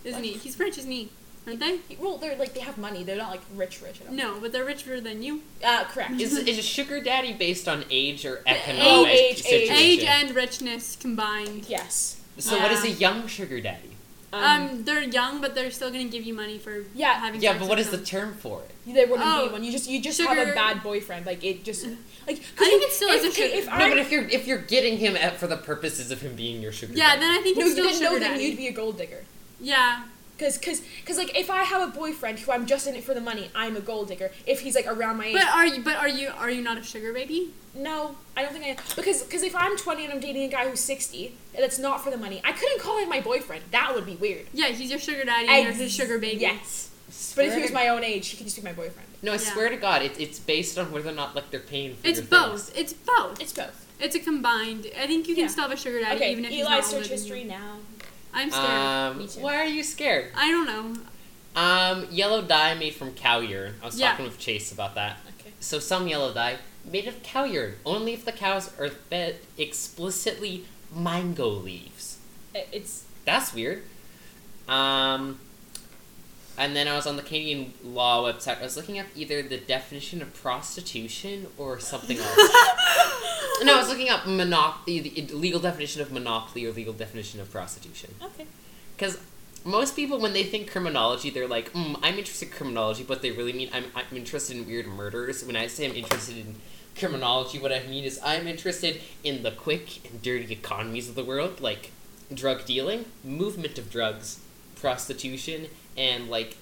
Speaker 1: isn't he? He's French, isn't he? Aren't they?
Speaker 2: Well, they're like they have money. They're not like rich, rich at all.
Speaker 1: No, but they're richer than you.
Speaker 2: Uh, correct.
Speaker 4: Is is a sugar daddy based on age or
Speaker 2: Oh,
Speaker 4: economic
Speaker 2: age, age.
Speaker 4: situation?
Speaker 1: Age and richness combined.
Speaker 2: yes.
Speaker 4: so what is a
Speaker 1: Yeah.
Speaker 4: young sugar daddy?
Speaker 2: Um,
Speaker 1: Um, they're young, but they're still gonna give you money for
Speaker 2: Yeah.
Speaker 1: having.
Speaker 4: Yeah,
Speaker 1: sex
Speaker 4: but what
Speaker 1: with
Speaker 4: is the
Speaker 1: them.
Speaker 4: term for it?
Speaker 2: there wouldn't
Speaker 1: oh,
Speaker 2: be one. You just you just have a
Speaker 1: sugar-
Speaker 2: bad boyfriend. Like it just like
Speaker 1: I think it still
Speaker 2: if,
Speaker 1: is a sugar-
Speaker 2: If, if
Speaker 4: No,
Speaker 2: I
Speaker 4: but if you're if you're getting him at, for the purposes of him being your sugar
Speaker 1: Yeah,
Speaker 4: daddy.
Speaker 1: then I think
Speaker 2: no,
Speaker 1: it's
Speaker 2: you
Speaker 1: still
Speaker 2: didn't know
Speaker 1: sugar
Speaker 2: then
Speaker 1: daddy.
Speaker 2: you'd be a gold digger.
Speaker 1: Yeah,
Speaker 2: Cause, cause, cause, like, if I have a boyfriend who I'm just in it for the money, I'm a gold digger. If he's like around my age,
Speaker 1: but uh, are you? But are you? Are you not a sugar baby?
Speaker 2: no, I don't think I am. Because, cause, if I'm 20 and I'm dating a guy who's 60, and that's not for the money, I couldn't call him my boyfriend. That would be weird.
Speaker 1: Yeah, he's your sugar daddy.
Speaker 2: I-
Speaker 1: and You're his sugar baby.
Speaker 2: Yes, but
Speaker 4: Swear
Speaker 2: if he was
Speaker 4: to-
Speaker 2: my own age, he could just be my boyfriend.
Speaker 4: No, I
Speaker 1: Yeah.
Speaker 4: swear to God, it, it's based on whether or not like they're paying for
Speaker 1: It's
Speaker 4: your
Speaker 1: both.
Speaker 4: things.
Speaker 1: It's both.
Speaker 2: It's both.
Speaker 1: It's a combined. I think you can
Speaker 2: Yeah.
Speaker 1: still have a sugar daddy
Speaker 2: Okay,
Speaker 1: Uh, even if he's
Speaker 2: Eli
Speaker 1: not
Speaker 2: search
Speaker 1: older than
Speaker 2: history
Speaker 1: you.
Speaker 2: now.
Speaker 1: I'm scared.
Speaker 4: Um,
Speaker 2: Me too.
Speaker 4: why are you scared?
Speaker 1: I don't know.
Speaker 4: Um, yellow dye made from cow urine. I was
Speaker 1: Yeah.
Speaker 4: talking with Chase about that.
Speaker 2: Okay.
Speaker 4: So some yellow dye made of cow urine, only if the cows are fed explicitly mango leaves.
Speaker 2: I- It's
Speaker 4: That's weird. Um, and then I was on the Canadian law website. I was looking up either the definition of prostitution or something else. and I was looking up monopoly, the legal definition of monopoly or legal definition of prostitution.
Speaker 2: okay.
Speaker 4: Because most people, when they think criminology, they're like, mm, I'm interested in criminology, but they really mean I'm, I'm interested in weird murders. When I say I'm interested in criminology, what I mean is I'm interested in the quick and dirty economies of the world, like drug dealing, movement of drugs, prostitution, and like,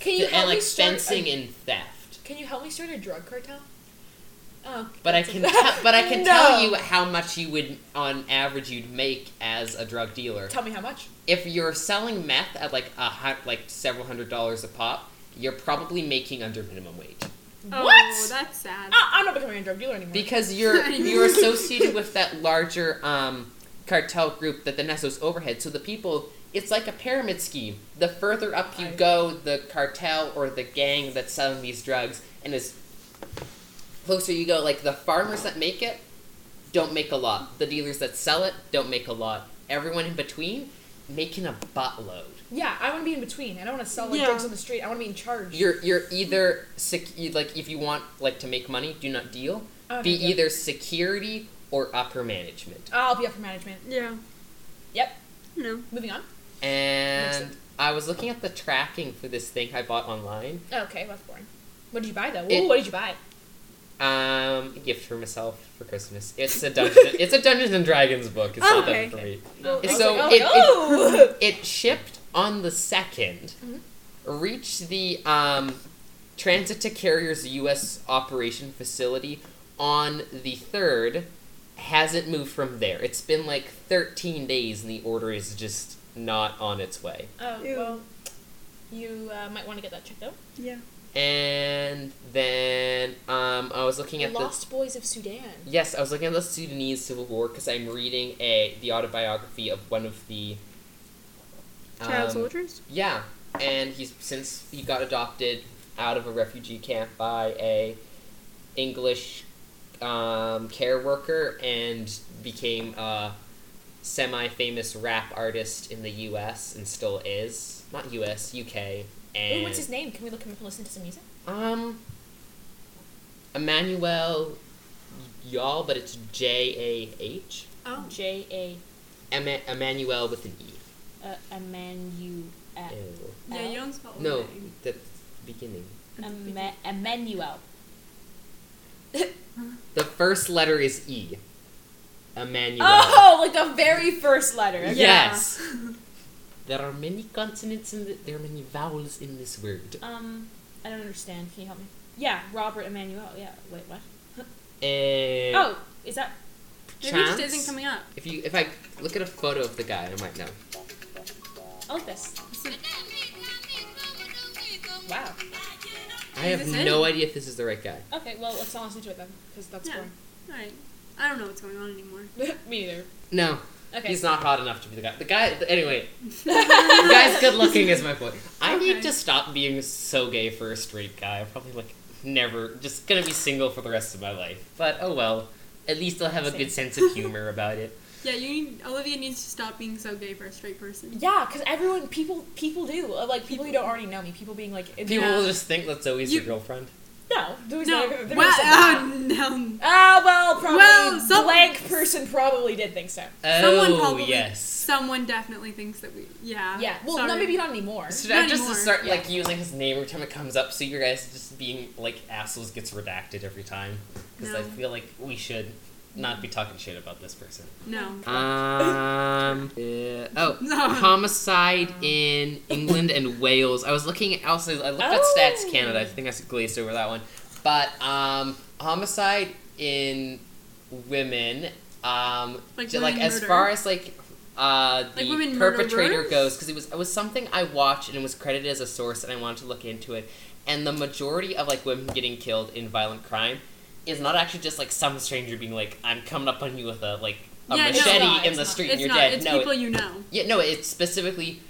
Speaker 2: Can you
Speaker 4: and,
Speaker 2: help
Speaker 4: like
Speaker 2: me start a-
Speaker 4: fencing and theft.
Speaker 2: Can you help me start a drug cartel? Oh,
Speaker 4: But I
Speaker 2: that's
Speaker 4: can,
Speaker 2: a-
Speaker 4: te- but I can tell
Speaker 2: No.
Speaker 4: you how much you would, on average, you'd make as a drug dealer.
Speaker 2: Tell me how much.
Speaker 4: if you're selling meth at like a hun- like several hundred dollars a pop, you're probably making under minimum wage
Speaker 1: Oh,
Speaker 2: What? Ah!
Speaker 1: that's sad.
Speaker 2: I- Uh, I'm not becoming a drug dealer anymore.
Speaker 4: because you're you're associated with that larger um, cartel group that then has those overhead. So the people, it's like a pyramid scheme. The further up you
Speaker 2: I-
Speaker 4: go, the cartel or the gang that's selling these drugs, and as closer you go, like the farmers that make it don't make a lot. The dealers that sell it don't make a lot. Everyone in between making a buttload.
Speaker 2: Yeah, I want to be in between. I don't want to sell like
Speaker 10: Yeah.
Speaker 2: drugs on the street. I want to be in charge.
Speaker 4: You're you're either sec- you- like if you want like to make money, do not deal.
Speaker 2: Okay,
Speaker 4: be
Speaker 2: yeah.
Speaker 4: either security or upper management.
Speaker 2: I'll be up for management.
Speaker 1: Yeah.
Speaker 2: Yep.
Speaker 1: No.
Speaker 2: Moving on.
Speaker 4: And I was looking at the tracking for this thing I bought online.
Speaker 2: Oh, okay, well, that's boring. What did you buy though?
Speaker 4: It-
Speaker 2: Ooh, what did you buy?
Speaker 4: Um, a gift for myself for Christmas. It's a dungeon. it's a Dungeons and Dragons book. It's
Speaker 1: Oh,
Speaker 4: not
Speaker 1: okay.
Speaker 4: done for me.
Speaker 2: Oh,
Speaker 4: It's
Speaker 2: I was
Speaker 4: so
Speaker 2: like,
Speaker 4: it-
Speaker 2: oh, no!
Speaker 4: It shipped on the 2nd reached the um, Transit to Carriers U.S. operation facility on the 3rd, hasn't moved from there. It's been like 13 days and the order is just not on its way.
Speaker 2: Oh,
Speaker 1: Ew.
Speaker 2: well, you uh, might want to get that checked out.
Speaker 1: Yeah.
Speaker 4: And then um, I was looking
Speaker 2: The
Speaker 4: at the.
Speaker 2: Lost Boys of Sudan.
Speaker 4: Yes, I was looking at the Sudanese Civil War because I'm reading a the autobiography of one of the
Speaker 1: Child
Speaker 4: um,
Speaker 1: soldiers.
Speaker 4: Yeah, and he's since he got adopted out of a refugee camp by a English um, care worker and became a semi-famous rap artist in the U.S. and still is not U.S. U.K. and
Speaker 2: Ooh, what's his name? Can we look him up and listen to some music?
Speaker 4: um, Emmanuel Y'all, but it's J A H.
Speaker 1: Oh.
Speaker 2: J A
Speaker 4: Emma- Emmanuel with an E.
Speaker 2: uh, Emmanuel.
Speaker 4: Ew.
Speaker 1: Yeah, you don't spell the
Speaker 4: No,
Speaker 1: name.
Speaker 4: that's beginning.
Speaker 2: Emma- Emmanuel.
Speaker 4: The first letter is E. Emmanuel.
Speaker 2: Oh, like the very first letter. okay.
Speaker 4: Yes. there are many consonants in the, there are many vowels in this word.
Speaker 2: Um, I don't understand. Can you help me? Yeah, Robert Emmanuel. Yeah. Wait, what?
Speaker 4: And
Speaker 2: Oh, is that?
Speaker 1: Maybe it just
Speaker 4: Eh, Chance?
Speaker 1: isn't coming up.
Speaker 4: If you if I look at a photo of the guy, I might know.
Speaker 2: I like this. Wow.
Speaker 4: I have
Speaker 1: this him?
Speaker 4: no idea if this is the right guy.
Speaker 2: Okay, well, let's not listen to it then, because that's
Speaker 1: Yeah. Alright. I don't know what's going on anymore.
Speaker 2: boring. me either.
Speaker 4: No,
Speaker 2: Okay.
Speaker 4: he's not hot enough to be the guy. The guy. Anyway, the guy's good looking is my point. I need
Speaker 1: Okay.
Speaker 4: to stop being so gay for a straight guy. I'm probably like never just gonna be single for the rest of my life. But oh well. At least I'll have a good sense of humor about it.
Speaker 1: Yeah, you need Olivia needs to stop being so gay for a straight person.
Speaker 2: Yeah, because everyone, people, people do uh, like people who don't already know me. People being like, it-
Speaker 4: People
Speaker 1: Yeah.
Speaker 4: will just think that's always
Speaker 1: You-
Speaker 4: your girlfriend.
Speaker 2: no, there was
Speaker 1: No.
Speaker 2: never- there was
Speaker 1: Well,
Speaker 2: some-
Speaker 1: oh, no.
Speaker 2: Ah, well, probably
Speaker 1: Well, some-
Speaker 2: blank person probably did think so.
Speaker 1: Someone
Speaker 4: oh
Speaker 1: probably-
Speaker 4: yes.
Speaker 1: Someone definitely thinks that we. Yeah.
Speaker 2: Yeah. Well,
Speaker 1: Uh, Sorry.
Speaker 2: no, maybe not anymore.
Speaker 4: Should
Speaker 1: Not
Speaker 4: I just
Speaker 1: anymore.
Speaker 4: start
Speaker 2: Yeah.
Speaker 4: like using his name every time it comes up, so you guys just being like assholes gets redacted every time? Because I
Speaker 1: No.
Speaker 4: feel like we should not be talking shit about this person.
Speaker 1: No.
Speaker 4: Um. uh, oh,
Speaker 1: No.
Speaker 4: homicide in England and Wales. I was looking at also. I looked at Stats
Speaker 2: Oh.
Speaker 4: Canada. I think I glazed over that one, but um, homicide in women. Um,
Speaker 1: Like
Speaker 4: j-
Speaker 1: women
Speaker 4: as
Speaker 1: murder.
Speaker 4: far as like. Uh, the
Speaker 1: Like women
Speaker 4: perpetrator
Speaker 1: murderers?
Speaker 4: goes because it was it was something I watched and it was credited as a source and I wanted to look into it and the majority of like women getting killed in violent crime is not actually just like some stranger being like I'm coming up on you with a like a
Speaker 1: Yeah, no, it's
Speaker 4: machete
Speaker 2: not,
Speaker 4: in
Speaker 2: it's
Speaker 4: the
Speaker 2: not.
Speaker 4: street and
Speaker 1: It's
Speaker 4: you're
Speaker 1: not.
Speaker 4: dead.
Speaker 1: It's
Speaker 4: no,
Speaker 1: people
Speaker 4: it-
Speaker 1: you know.
Speaker 4: yeah, no, it's specifically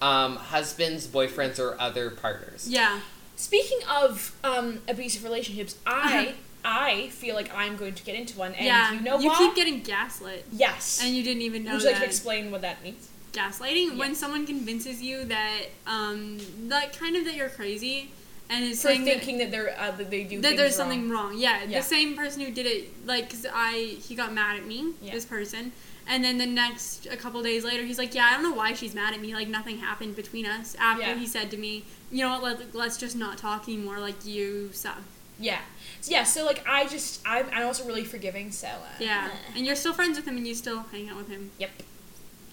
Speaker 4: um, husbands, boyfriends, or other partners.
Speaker 1: Yeah.
Speaker 2: Speaking of um, abusive relationships, I I feel like I'm going to get into one, and
Speaker 1: Uh-huh. yeah.
Speaker 2: you know
Speaker 1: you
Speaker 2: why?
Speaker 1: keep getting gaslit,
Speaker 2: yes.
Speaker 1: and you didn't even know
Speaker 2: Would you
Speaker 1: that.
Speaker 2: like to explain what that means?
Speaker 1: gaslighting
Speaker 2: Yeah.
Speaker 1: when someone convinces you that um that kind of that you're crazy and is
Speaker 2: For
Speaker 1: saying that-
Speaker 2: thinking that, they're uh, that they do
Speaker 1: that
Speaker 2: things
Speaker 1: there's
Speaker 2: wrong.
Speaker 1: something wrong. Yeah,
Speaker 2: Yeah.
Speaker 1: the same person who did it, like, 'cause I he got mad at me,
Speaker 2: Yeah.
Speaker 1: this person, and then the next a couple days later, he's like, yeah, I don't know why she's mad at me. Like nothing happened between us after
Speaker 2: Yeah.
Speaker 1: he said to me, you know what, let, let's just not talk anymore. Like you suck.
Speaker 2: Yeah. So, yeah, so like I just I'm, I'm also really forgiving, so uh,
Speaker 1: Yeah, and you're still friends with him, and you still hang out with him.
Speaker 2: Yep.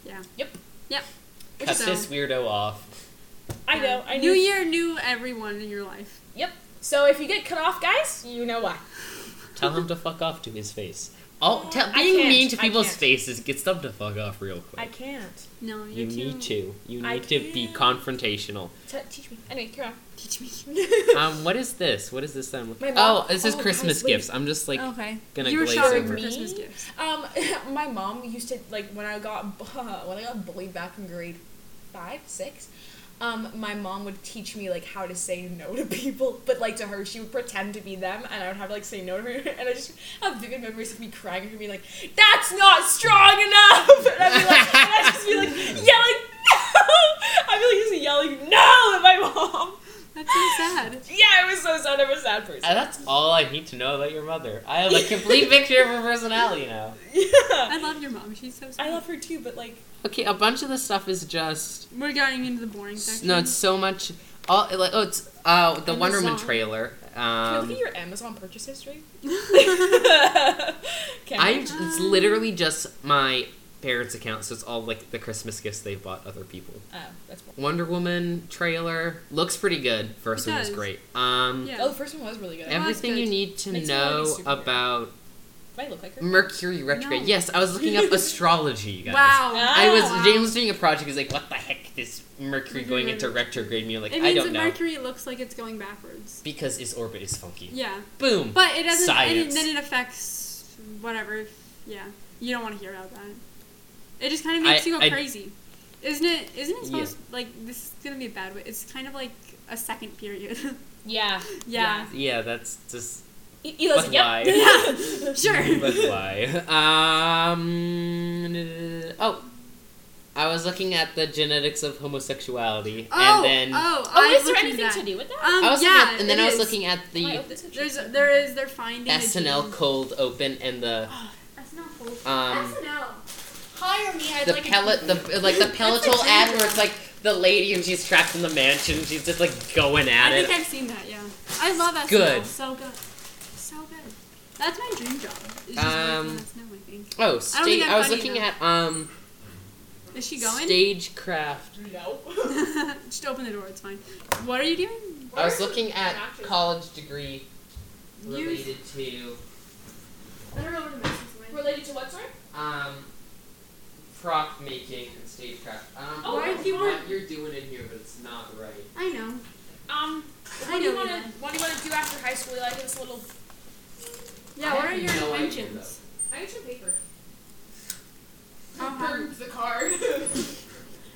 Speaker 1: Yeah.
Speaker 2: Yep.
Speaker 1: Yep.
Speaker 4: Cut
Speaker 1: So-
Speaker 4: this weirdo off.
Speaker 2: I know. I
Speaker 1: new
Speaker 2: knew-
Speaker 1: year, new everyone in your life.
Speaker 2: Yep. So if you get cut off, guys, you know why.
Speaker 4: Tell him to fuck off to his face. Oh, tell,
Speaker 2: I
Speaker 4: being
Speaker 2: can't,
Speaker 4: mean to
Speaker 2: I
Speaker 4: people's
Speaker 2: can't.
Speaker 4: faces gets them to fuck off real quick.
Speaker 2: can't.
Speaker 1: No, you're
Speaker 4: you
Speaker 1: too.
Speaker 4: need to. You
Speaker 2: I
Speaker 4: need to be
Speaker 2: can't.
Speaker 4: confrontational.
Speaker 2: T- teach me. Anyway, carry on.
Speaker 1: Teach me.
Speaker 4: um, what is this? What is this? I'm
Speaker 2: My
Speaker 4: oh,
Speaker 2: mom-
Speaker 4: this is
Speaker 2: oh, guys,
Speaker 4: Christmas
Speaker 2: wait.
Speaker 4: gifts. I'm just like
Speaker 1: Okay.
Speaker 4: gonna
Speaker 1: you were
Speaker 4: glaze
Speaker 1: shopping
Speaker 4: over.
Speaker 1: for
Speaker 2: Me?
Speaker 1: Christmas gifts.
Speaker 2: Um, my mom used to like when I got when I got bullied back in grade five, six. Um, my mom would teach me like how to say no to people, but like to her, she would pretend to be them, and I would have to like say no to her, and I just have vivid memories of me crying and her being like, "That's not strong enough," and I'd be like, and I'd just be like yelling
Speaker 4: And that's all I need to know about your mother. I have a complete picture of her personality now.
Speaker 2: yeah.
Speaker 1: I love your mom. She's so sweet.
Speaker 2: I love her too, but like,
Speaker 4: Okay, a bunch of this stuff is just
Speaker 1: We're getting into the boring
Speaker 4: S-
Speaker 1: section.
Speaker 4: No, it's so much. All like oh, it's uh the
Speaker 1: And
Speaker 4: Wonder
Speaker 1: the
Speaker 4: Woman
Speaker 1: song.
Speaker 4: trailer.
Speaker 2: can we
Speaker 4: Um,
Speaker 2: look at your Amazon purchase history? Can
Speaker 4: I
Speaker 2: we?
Speaker 4: it's literally just my parents' account, so it's all like the Christmas gifts they bought other people.
Speaker 2: Oh, that's boring.
Speaker 4: Wonder Woman trailer looks pretty good. First
Speaker 1: It
Speaker 4: one was
Speaker 1: does.
Speaker 4: great. Um,
Speaker 1: Yeah.
Speaker 2: Oh, the first one was really good.
Speaker 1: Yeah.
Speaker 4: everything
Speaker 1: good.
Speaker 4: you need to
Speaker 2: Makes me wanna be
Speaker 4: know
Speaker 2: a superhero.
Speaker 4: about
Speaker 2: Do I look like her?
Speaker 4: Mercury retrograde.
Speaker 1: No.
Speaker 4: Yes, I was looking up astrology, you guys.
Speaker 1: wow.
Speaker 2: Ah.
Speaker 4: I was
Speaker 1: Oh, wow.
Speaker 4: James was doing a project. He's like, "What the heck? This Mercury
Speaker 1: Mercury
Speaker 4: going into
Speaker 1: retro-
Speaker 4: retrograde?" And you're like,
Speaker 1: It
Speaker 4: "I
Speaker 1: means
Speaker 4: don't
Speaker 1: that
Speaker 4: know,"
Speaker 1: Mercury looks like it's going backwards.
Speaker 4: because its orbit is funky.
Speaker 1: Yeah,
Speaker 4: Boom.
Speaker 1: but it doesn't. And
Speaker 4: Science.
Speaker 1: it, then it affects whatever. Yeah, you don't want to hear about that. It just kind of makes
Speaker 4: I-
Speaker 1: you go
Speaker 4: I-
Speaker 1: crazy, isn't it? Isn't it
Speaker 4: Yeah.
Speaker 1: supposed like this is gonna be a bad way? It's kind of like a second period.
Speaker 2: Yeah.
Speaker 1: yeah.
Speaker 4: yeah, that's just
Speaker 2: E- Eli's like,
Speaker 4: But
Speaker 2: yep.
Speaker 4: why?
Speaker 2: Yeah. Oh,
Speaker 1: sure.
Speaker 4: But why? Um. Oh, I was looking at the genetics of homosexuality,
Speaker 1: Oh,
Speaker 4: and then
Speaker 1: oh,
Speaker 2: Oh,
Speaker 1: I
Speaker 2: is there
Speaker 1: looked into
Speaker 2: anything
Speaker 1: that.
Speaker 2: to do with that? oh,
Speaker 1: Um,
Speaker 4: I was
Speaker 1: yeah,
Speaker 4: looking at, and then
Speaker 1: it
Speaker 4: I was
Speaker 1: is.
Speaker 4: looking at
Speaker 2: Am I
Speaker 4: the
Speaker 2: open to
Speaker 1: There's
Speaker 2: cheating?
Speaker 1: there is they're finding a
Speaker 4: SNL
Speaker 1: gene.
Speaker 4: cold open and the
Speaker 1: SNL.
Speaker 4: um
Speaker 1: SNL.
Speaker 2: Hire me. I'd
Speaker 4: the
Speaker 2: like
Speaker 4: pellet the like the Peloton ad where it's like the lady and she's trapped in the mansion, she's just like going at
Speaker 1: I
Speaker 4: it.
Speaker 1: think I've seen that. Yeah, I love SNL.
Speaker 4: Good.
Speaker 1: So good, so good. That's my dream job. Is just
Speaker 4: Um,
Speaker 1: working on SNL, I think. I
Speaker 4: Oh,
Speaker 1: don't
Speaker 4: stage.
Speaker 1: think
Speaker 4: I,
Speaker 1: I'm
Speaker 4: was
Speaker 1: funny
Speaker 4: looking
Speaker 1: enough.
Speaker 4: at um
Speaker 1: Is she going?
Speaker 4: stagecraft.
Speaker 2: a no.
Speaker 1: just open the door. It's fine. What are you doing?
Speaker 4: I was looking at
Speaker 2: Actress.
Speaker 4: college degree
Speaker 1: You.
Speaker 4: related to
Speaker 1: I don't know where the message went.
Speaker 2: Related to what, sorry?
Speaker 4: Um, prop making and stagecraft. Um,
Speaker 2: Oh,
Speaker 1: why do you
Speaker 4: what
Speaker 1: want-
Speaker 4: you're doing in here, but it's not right.
Speaker 1: I know.
Speaker 2: Um,
Speaker 1: I
Speaker 2: what do you
Speaker 1: know
Speaker 2: want to
Speaker 1: Eli.
Speaker 2: what do you want to do after high school? Like this little.
Speaker 1: Yeah. What
Speaker 4: I
Speaker 1: are
Speaker 4: have
Speaker 1: your
Speaker 4: no idea,
Speaker 1: intentions?
Speaker 2: I need some paper.
Speaker 1: I'll have-
Speaker 2: the card.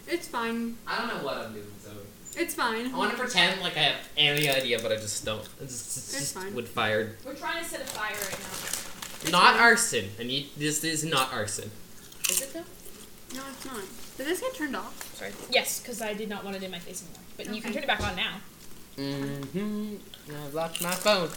Speaker 1: It's fine.
Speaker 4: I don't know what I'm doing, so
Speaker 1: It's fine.
Speaker 4: I want to pretend like I have any idea, but I just don't. It's just, it's
Speaker 1: It's
Speaker 4: just
Speaker 1: fine.
Speaker 4: wood fired.
Speaker 2: We're trying to set a fire right now.
Speaker 4: Not
Speaker 1: fine.
Speaker 4: arson. I need this is not arson.
Speaker 2: Is it though?
Speaker 1: No, it's not. Did this get turned off?
Speaker 2: Sorry. Yes, because I did not want it in my face anymore. But you can
Speaker 1: Okay.
Speaker 2: turn it back on now.
Speaker 4: Mm-hmm. I've locked my phone.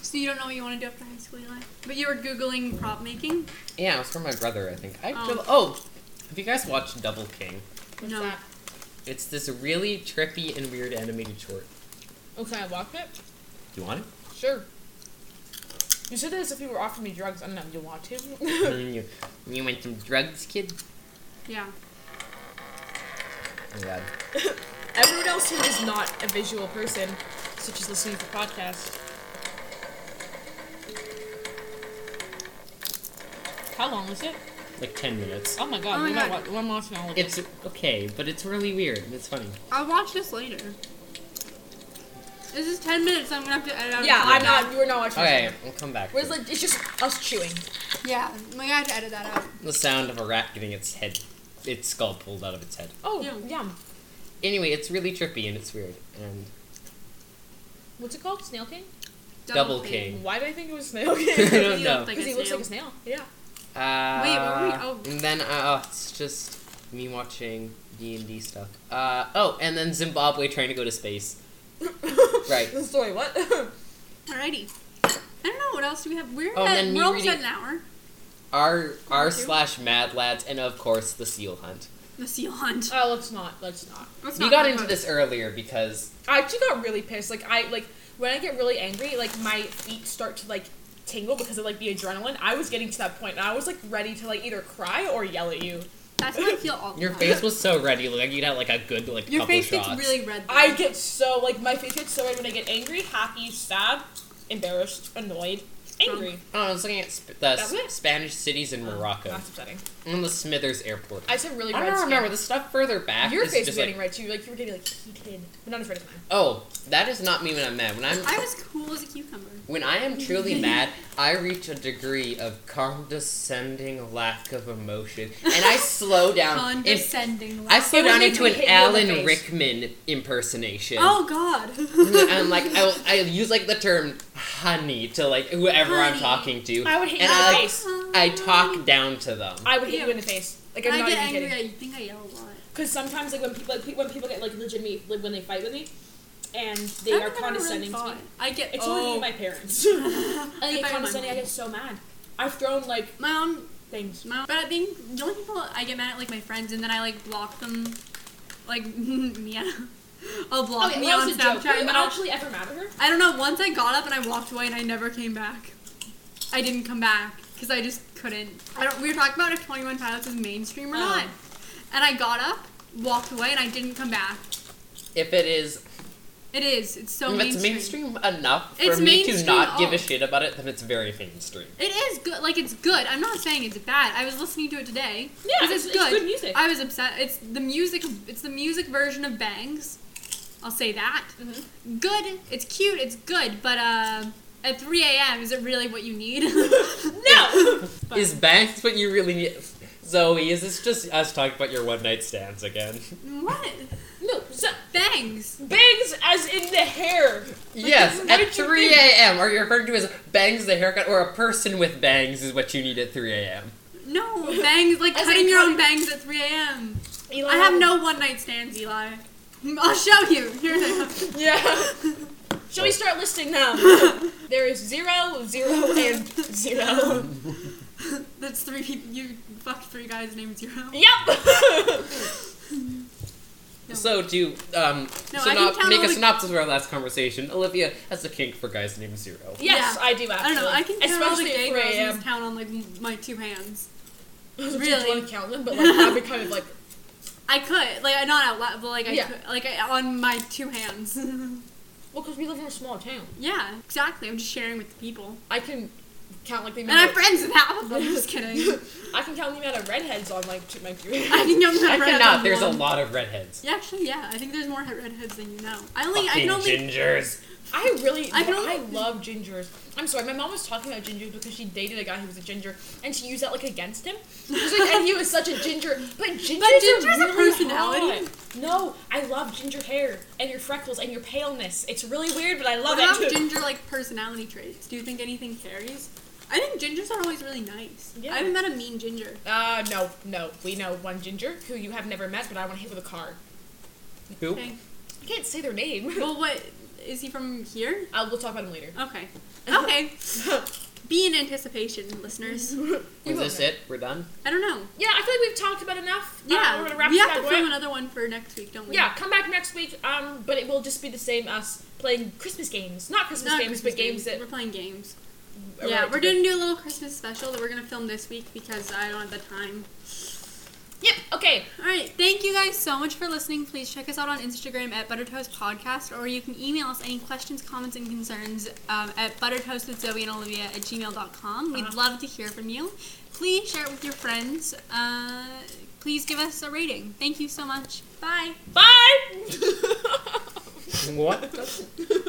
Speaker 1: So you don't know what you want to do after high school, Eli? But you were googling prop making.
Speaker 4: Yeah, it was from my brother, I think. I
Speaker 1: Oh.
Speaker 4: oh. oh, have you guys watched Double King?
Speaker 2: What's
Speaker 1: No.
Speaker 2: that?
Speaker 4: It's this really trippy and weird animated short.
Speaker 2: Oh, can I walk it?
Speaker 4: You want it?
Speaker 2: Sure. You said that as if you were offering me drugs. I don't know. You want to?
Speaker 4: Mm, you, you want some drugs, kid?
Speaker 1: Yeah.
Speaker 4: Oh, God.
Speaker 2: Everyone else who is not a visual person, such as listening to podcasts. How long is it?
Speaker 4: Like 10 minutes.
Speaker 2: Oh my god,
Speaker 1: Oh my
Speaker 2: we're, not
Speaker 1: God.
Speaker 2: wa- we're watching all of it.
Speaker 4: It's okay, but it's really weird. and It's funny.
Speaker 1: I'll watch this later. This is ten minutes. I'm gonna have to edit out.
Speaker 2: Yeah,
Speaker 1: of
Speaker 2: I'm
Speaker 1: that.
Speaker 2: not. We're not watching.
Speaker 4: Okay, we'll come back.
Speaker 2: Where's
Speaker 4: to
Speaker 2: like it's just us chewing.
Speaker 1: Yeah, I'm gonna have to edit that out.
Speaker 4: the sound of a rat getting its head, its skull pulled out of its head.
Speaker 2: Oh,
Speaker 1: Yum.
Speaker 2: yum.
Speaker 4: Anyway, it's really trippy and it's weird. And
Speaker 2: What's it called? Snail King?
Speaker 4: Double King.
Speaker 2: Why did I think it was Snail King?
Speaker 4: I
Speaker 2: Because
Speaker 4: don't
Speaker 1: He
Speaker 4: know.
Speaker 1: looked like
Speaker 2: he
Speaker 1: a
Speaker 2: looks like a
Speaker 1: snail.
Speaker 2: snail. Yeah.
Speaker 4: Uh,
Speaker 1: were we- oh.
Speaker 4: And then uh, oh, it's just me watching D and D stuff. Uh, oh, and then Zimbabwe trying to go to space. Right.
Speaker 2: Sorry, what?
Speaker 1: Alrighty. I don't know what else do we have. We're
Speaker 4: Oh,
Speaker 1: at,
Speaker 4: and then me
Speaker 1: we're almost at
Speaker 4: reading-
Speaker 1: an hour.
Speaker 4: R R
Speaker 1: Two.
Speaker 4: slash Mad Lads, and of course the Seal Hunt.
Speaker 1: The seal hunt.
Speaker 2: oh, let's not. Let's not.
Speaker 1: Let's
Speaker 4: We
Speaker 1: not
Speaker 4: got
Speaker 1: talk
Speaker 4: into
Speaker 1: about it.
Speaker 4: this earlier because
Speaker 2: I actually got really pissed. Like I like when I get really angry, like my feet start to like tingle because of like the adrenaline. I was getting to that point, and I was like ready to like either cry or yell at you.
Speaker 1: That's how I feel all the
Speaker 4: your
Speaker 1: time.
Speaker 4: face was so ready, like you'd have like a good like
Speaker 1: Your
Speaker 4: couple
Speaker 1: face
Speaker 4: shots.
Speaker 1: gets really red. though.
Speaker 2: I get so like my face gets so red when I get angry, happy, sad, embarrassed, annoyed, angry.
Speaker 4: Oh, I was looking at sp- the
Speaker 2: That was it? Oh,
Speaker 4: s- Spanish cities in Morocco
Speaker 2: That's upsetting.
Speaker 4: and the Smithers Airport.
Speaker 2: I said really
Speaker 4: I
Speaker 2: red.
Speaker 4: don't
Speaker 2: skin.
Speaker 4: remember the stuff further back.
Speaker 2: Your
Speaker 4: is
Speaker 2: face was
Speaker 4: just like,
Speaker 2: getting red too. Like you were getting like heated, but not as red as mine.
Speaker 4: oh, that is not me when I'm mad. When I'm
Speaker 1: I was cool as a cucumber.
Speaker 4: When I am truly mad, I reach a degree of condescending lack of emotion, and I slow down. in-
Speaker 1: Condescending.
Speaker 4: I slow
Speaker 2: It would
Speaker 4: down
Speaker 2: make
Speaker 4: into
Speaker 2: me
Speaker 4: an
Speaker 2: hit you in the
Speaker 4: Alan
Speaker 2: face.
Speaker 4: Rickman impersonation.
Speaker 1: oh God.
Speaker 4: And like I, will- I use like the term "honey" to like whoever I'm
Speaker 1: Honey.
Speaker 4: talking to,
Speaker 2: I would hit
Speaker 4: and
Speaker 2: you in
Speaker 4: I,
Speaker 2: the
Speaker 4: like,
Speaker 2: face.
Speaker 4: I talk down to them.
Speaker 2: I would hit
Speaker 1: Yeah.
Speaker 2: you in the face. Like I'm
Speaker 1: When I
Speaker 2: not
Speaker 1: get
Speaker 2: even
Speaker 1: angry,
Speaker 2: kidding.
Speaker 1: I think I yell a lot.
Speaker 2: Because sometimes like when people like, pe- when people get like legitimately like when they fight with me, and they
Speaker 1: I don't think I've ever
Speaker 2: are
Speaker 1: really
Speaker 2: condescending to
Speaker 1: thought.
Speaker 2: me.
Speaker 1: I get
Speaker 2: It's
Speaker 1: oh.
Speaker 2: only me and my parents. I
Speaker 1: If
Speaker 2: get
Speaker 1: I were my
Speaker 2: condescending. I
Speaker 1: mom.
Speaker 2: get so mad. I've thrown like
Speaker 1: My mom,
Speaker 2: things.
Speaker 1: my mom. But I think the only people I get mad at like my friends, and then I like block them, like Mia. I'll block
Speaker 2: Okay,
Speaker 1: me
Speaker 2: well,
Speaker 1: on
Speaker 2: it's a joke.
Speaker 1: Snapchat,
Speaker 2: Were you
Speaker 1: and then I'll.
Speaker 2: actually ever mad at her?
Speaker 1: I don't know. Once I got up and I walked away and I never came back. I didn't come back because I just couldn't. I don't. We were talking about if Twenty One Pilots was mainstream or
Speaker 2: Oh.
Speaker 1: not, and I got up, walked away, and I didn't come back.
Speaker 4: If it is,
Speaker 1: It is. It's so
Speaker 4: if it's
Speaker 1: mainstream.
Speaker 4: mainstream enough for
Speaker 1: It's
Speaker 4: me to
Speaker 1: mainstream,
Speaker 4: not give
Speaker 1: oh.
Speaker 4: a shit about it, then it's very mainstream.
Speaker 1: It is good. Like it's good. I'm not saying it's bad. I was listening to it today.
Speaker 2: Yeah,
Speaker 1: 'Cause
Speaker 2: it's- it's good music.
Speaker 1: I was upset. It's the music. It's the music version of Bangs. I'll say that.
Speaker 2: Mm-hmm.
Speaker 1: Good. It's cute. It's good. But uh, at 3 a.m. is it really what you need?
Speaker 2: No.
Speaker 4: Is Banks what you really need? Zoe, is this just us talking about your one night stands again?
Speaker 1: what?
Speaker 2: no. So,
Speaker 1: Bangs.
Speaker 2: bangs as in the hair.
Speaker 4: yes,
Speaker 2: what
Speaker 4: at
Speaker 2: did you
Speaker 4: 3 a.m. Are you referring to as bangs the haircut or a person with bangs is what you need at 3 a.m.?
Speaker 1: No bangs. Like
Speaker 2: As
Speaker 1: cutting
Speaker 2: in
Speaker 1: your own
Speaker 2: cutting- Oh.
Speaker 1: bangs at 3 a.m.
Speaker 2: Eli,
Speaker 1: I have no one night stands, Eli. I'll show you. Here they are.
Speaker 2: Yeah. Shall we start listing now? there is zero, zero, and zero.
Speaker 1: That's three people. You fucked three guys named Zero.
Speaker 2: Yep.
Speaker 1: No.
Speaker 4: So to um,
Speaker 1: No, I
Speaker 4: synop-
Speaker 1: can count
Speaker 4: make
Speaker 1: all
Speaker 4: a
Speaker 1: the-
Speaker 4: synopsis of our last conversation, Olivia has a kink for guys named Zero.
Speaker 2: Yes,
Speaker 1: Yeah.
Speaker 2: I do actually.
Speaker 1: I don't know. I can count all the
Speaker 2: Especially
Speaker 1: gay
Speaker 2: at 3
Speaker 1: girls in
Speaker 2: a.m.
Speaker 1: this town on like m- my two hands.
Speaker 2: Really?
Speaker 1: Really?
Speaker 2: want to count them, but like that'd be kind of like
Speaker 1: I could, like, I not out loud, but like I
Speaker 2: Yeah.
Speaker 1: could, like I, on my two hands.
Speaker 2: well, because we live in a small town.
Speaker 1: yeah, exactly. I'm just sharing with the people,
Speaker 2: I can count like the
Speaker 1: and I'm
Speaker 2: amount. Of,
Speaker 1: friends with half of them. I'm just kidding.
Speaker 2: I can count the amount of redheads on like two, my two
Speaker 1: I
Speaker 2: hands.
Speaker 1: can count my
Speaker 4: I
Speaker 1: friends.
Speaker 4: cannot.
Speaker 1: on
Speaker 4: There's a
Speaker 1: one.
Speaker 4: lot of redheads.
Speaker 1: Yeah, actually, yeah. I think there's more he- redheads than you know. I only, I
Speaker 4: Fucking
Speaker 1: can only.
Speaker 4: gingers.
Speaker 2: I really,
Speaker 1: I
Speaker 2: I,
Speaker 1: can only-
Speaker 2: love gingers. I'm sorry, my mom was talking about gingers because she dated a guy who was a ginger, and she used that like against him. She's like, and he was such a ginger, but gingers,
Speaker 1: ginger has a
Speaker 2: are really
Speaker 1: personality.
Speaker 2: hot. No, I love ginger hair and your freckles and your paleness. It's really weird, but I love
Speaker 1: What about
Speaker 2: it.
Speaker 1: ginger like personality traits? Do you think anything carries? I think gingers are always really nice.
Speaker 2: Yeah.
Speaker 1: I haven't met a mean ginger.
Speaker 2: Uh, no, no. We know one ginger who you have never met, but I want to hit with a car.
Speaker 4: Who?
Speaker 1: Okay.
Speaker 2: I can't say their name.
Speaker 1: well, what is he from here?
Speaker 2: Uh, we'll talk about him later.
Speaker 1: Okay. Okay. Be in anticipation, listeners.
Speaker 4: Is
Speaker 2: will
Speaker 4: this
Speaker 2: know.
Speaker 4: it? We're done.
Speaker 1: I don't know.
Speaker 2: Yeah, I feel like we've talked about enough. Uh,
Speaker 1: Yeah,
Speaker 2: we're gonna wrap
Speaker 1: we
Speaker 2: this
Speaker 1: have to
Speaker 2: bad boy
Speaker 1: film
Speaker 2: up.
Speaker 1: another one for next week, don't we?
Speaker 2: Yeah, come back next week. Um, but it will just be the same us playing Christmas games, not Christmas
Speaker 1: Not
Speaker 2: games,
Speaker 1: Christmas
Speaker 2: but games,
Speaker 1: we're playing games.
Speaker 2: that.
Speaker 1: yeah,
Speaker 2: relate
Speaker 1: we're
Speaker 2: to
Speaker 1: gonna do a little Christmas special that we're gonna film this week because I don't have the time.
Speaker 2: the- Yep. Okay.
Speaker 1: All right, thank you guys so much for listening. Please check us out on Instagram at Buttertoast Podcast, or you can email us any questions, comments, and concerns um, at buttertoast with Zoe and Olivia at gmail.com. We'd
Speaker 2: Uh-huh.
Speaker 1: love to hear from you. Please share it with your friends. Uh, please give us a rating. Thank you so much. Bye.
Speaker 2: Bye.
Speaker 4: What?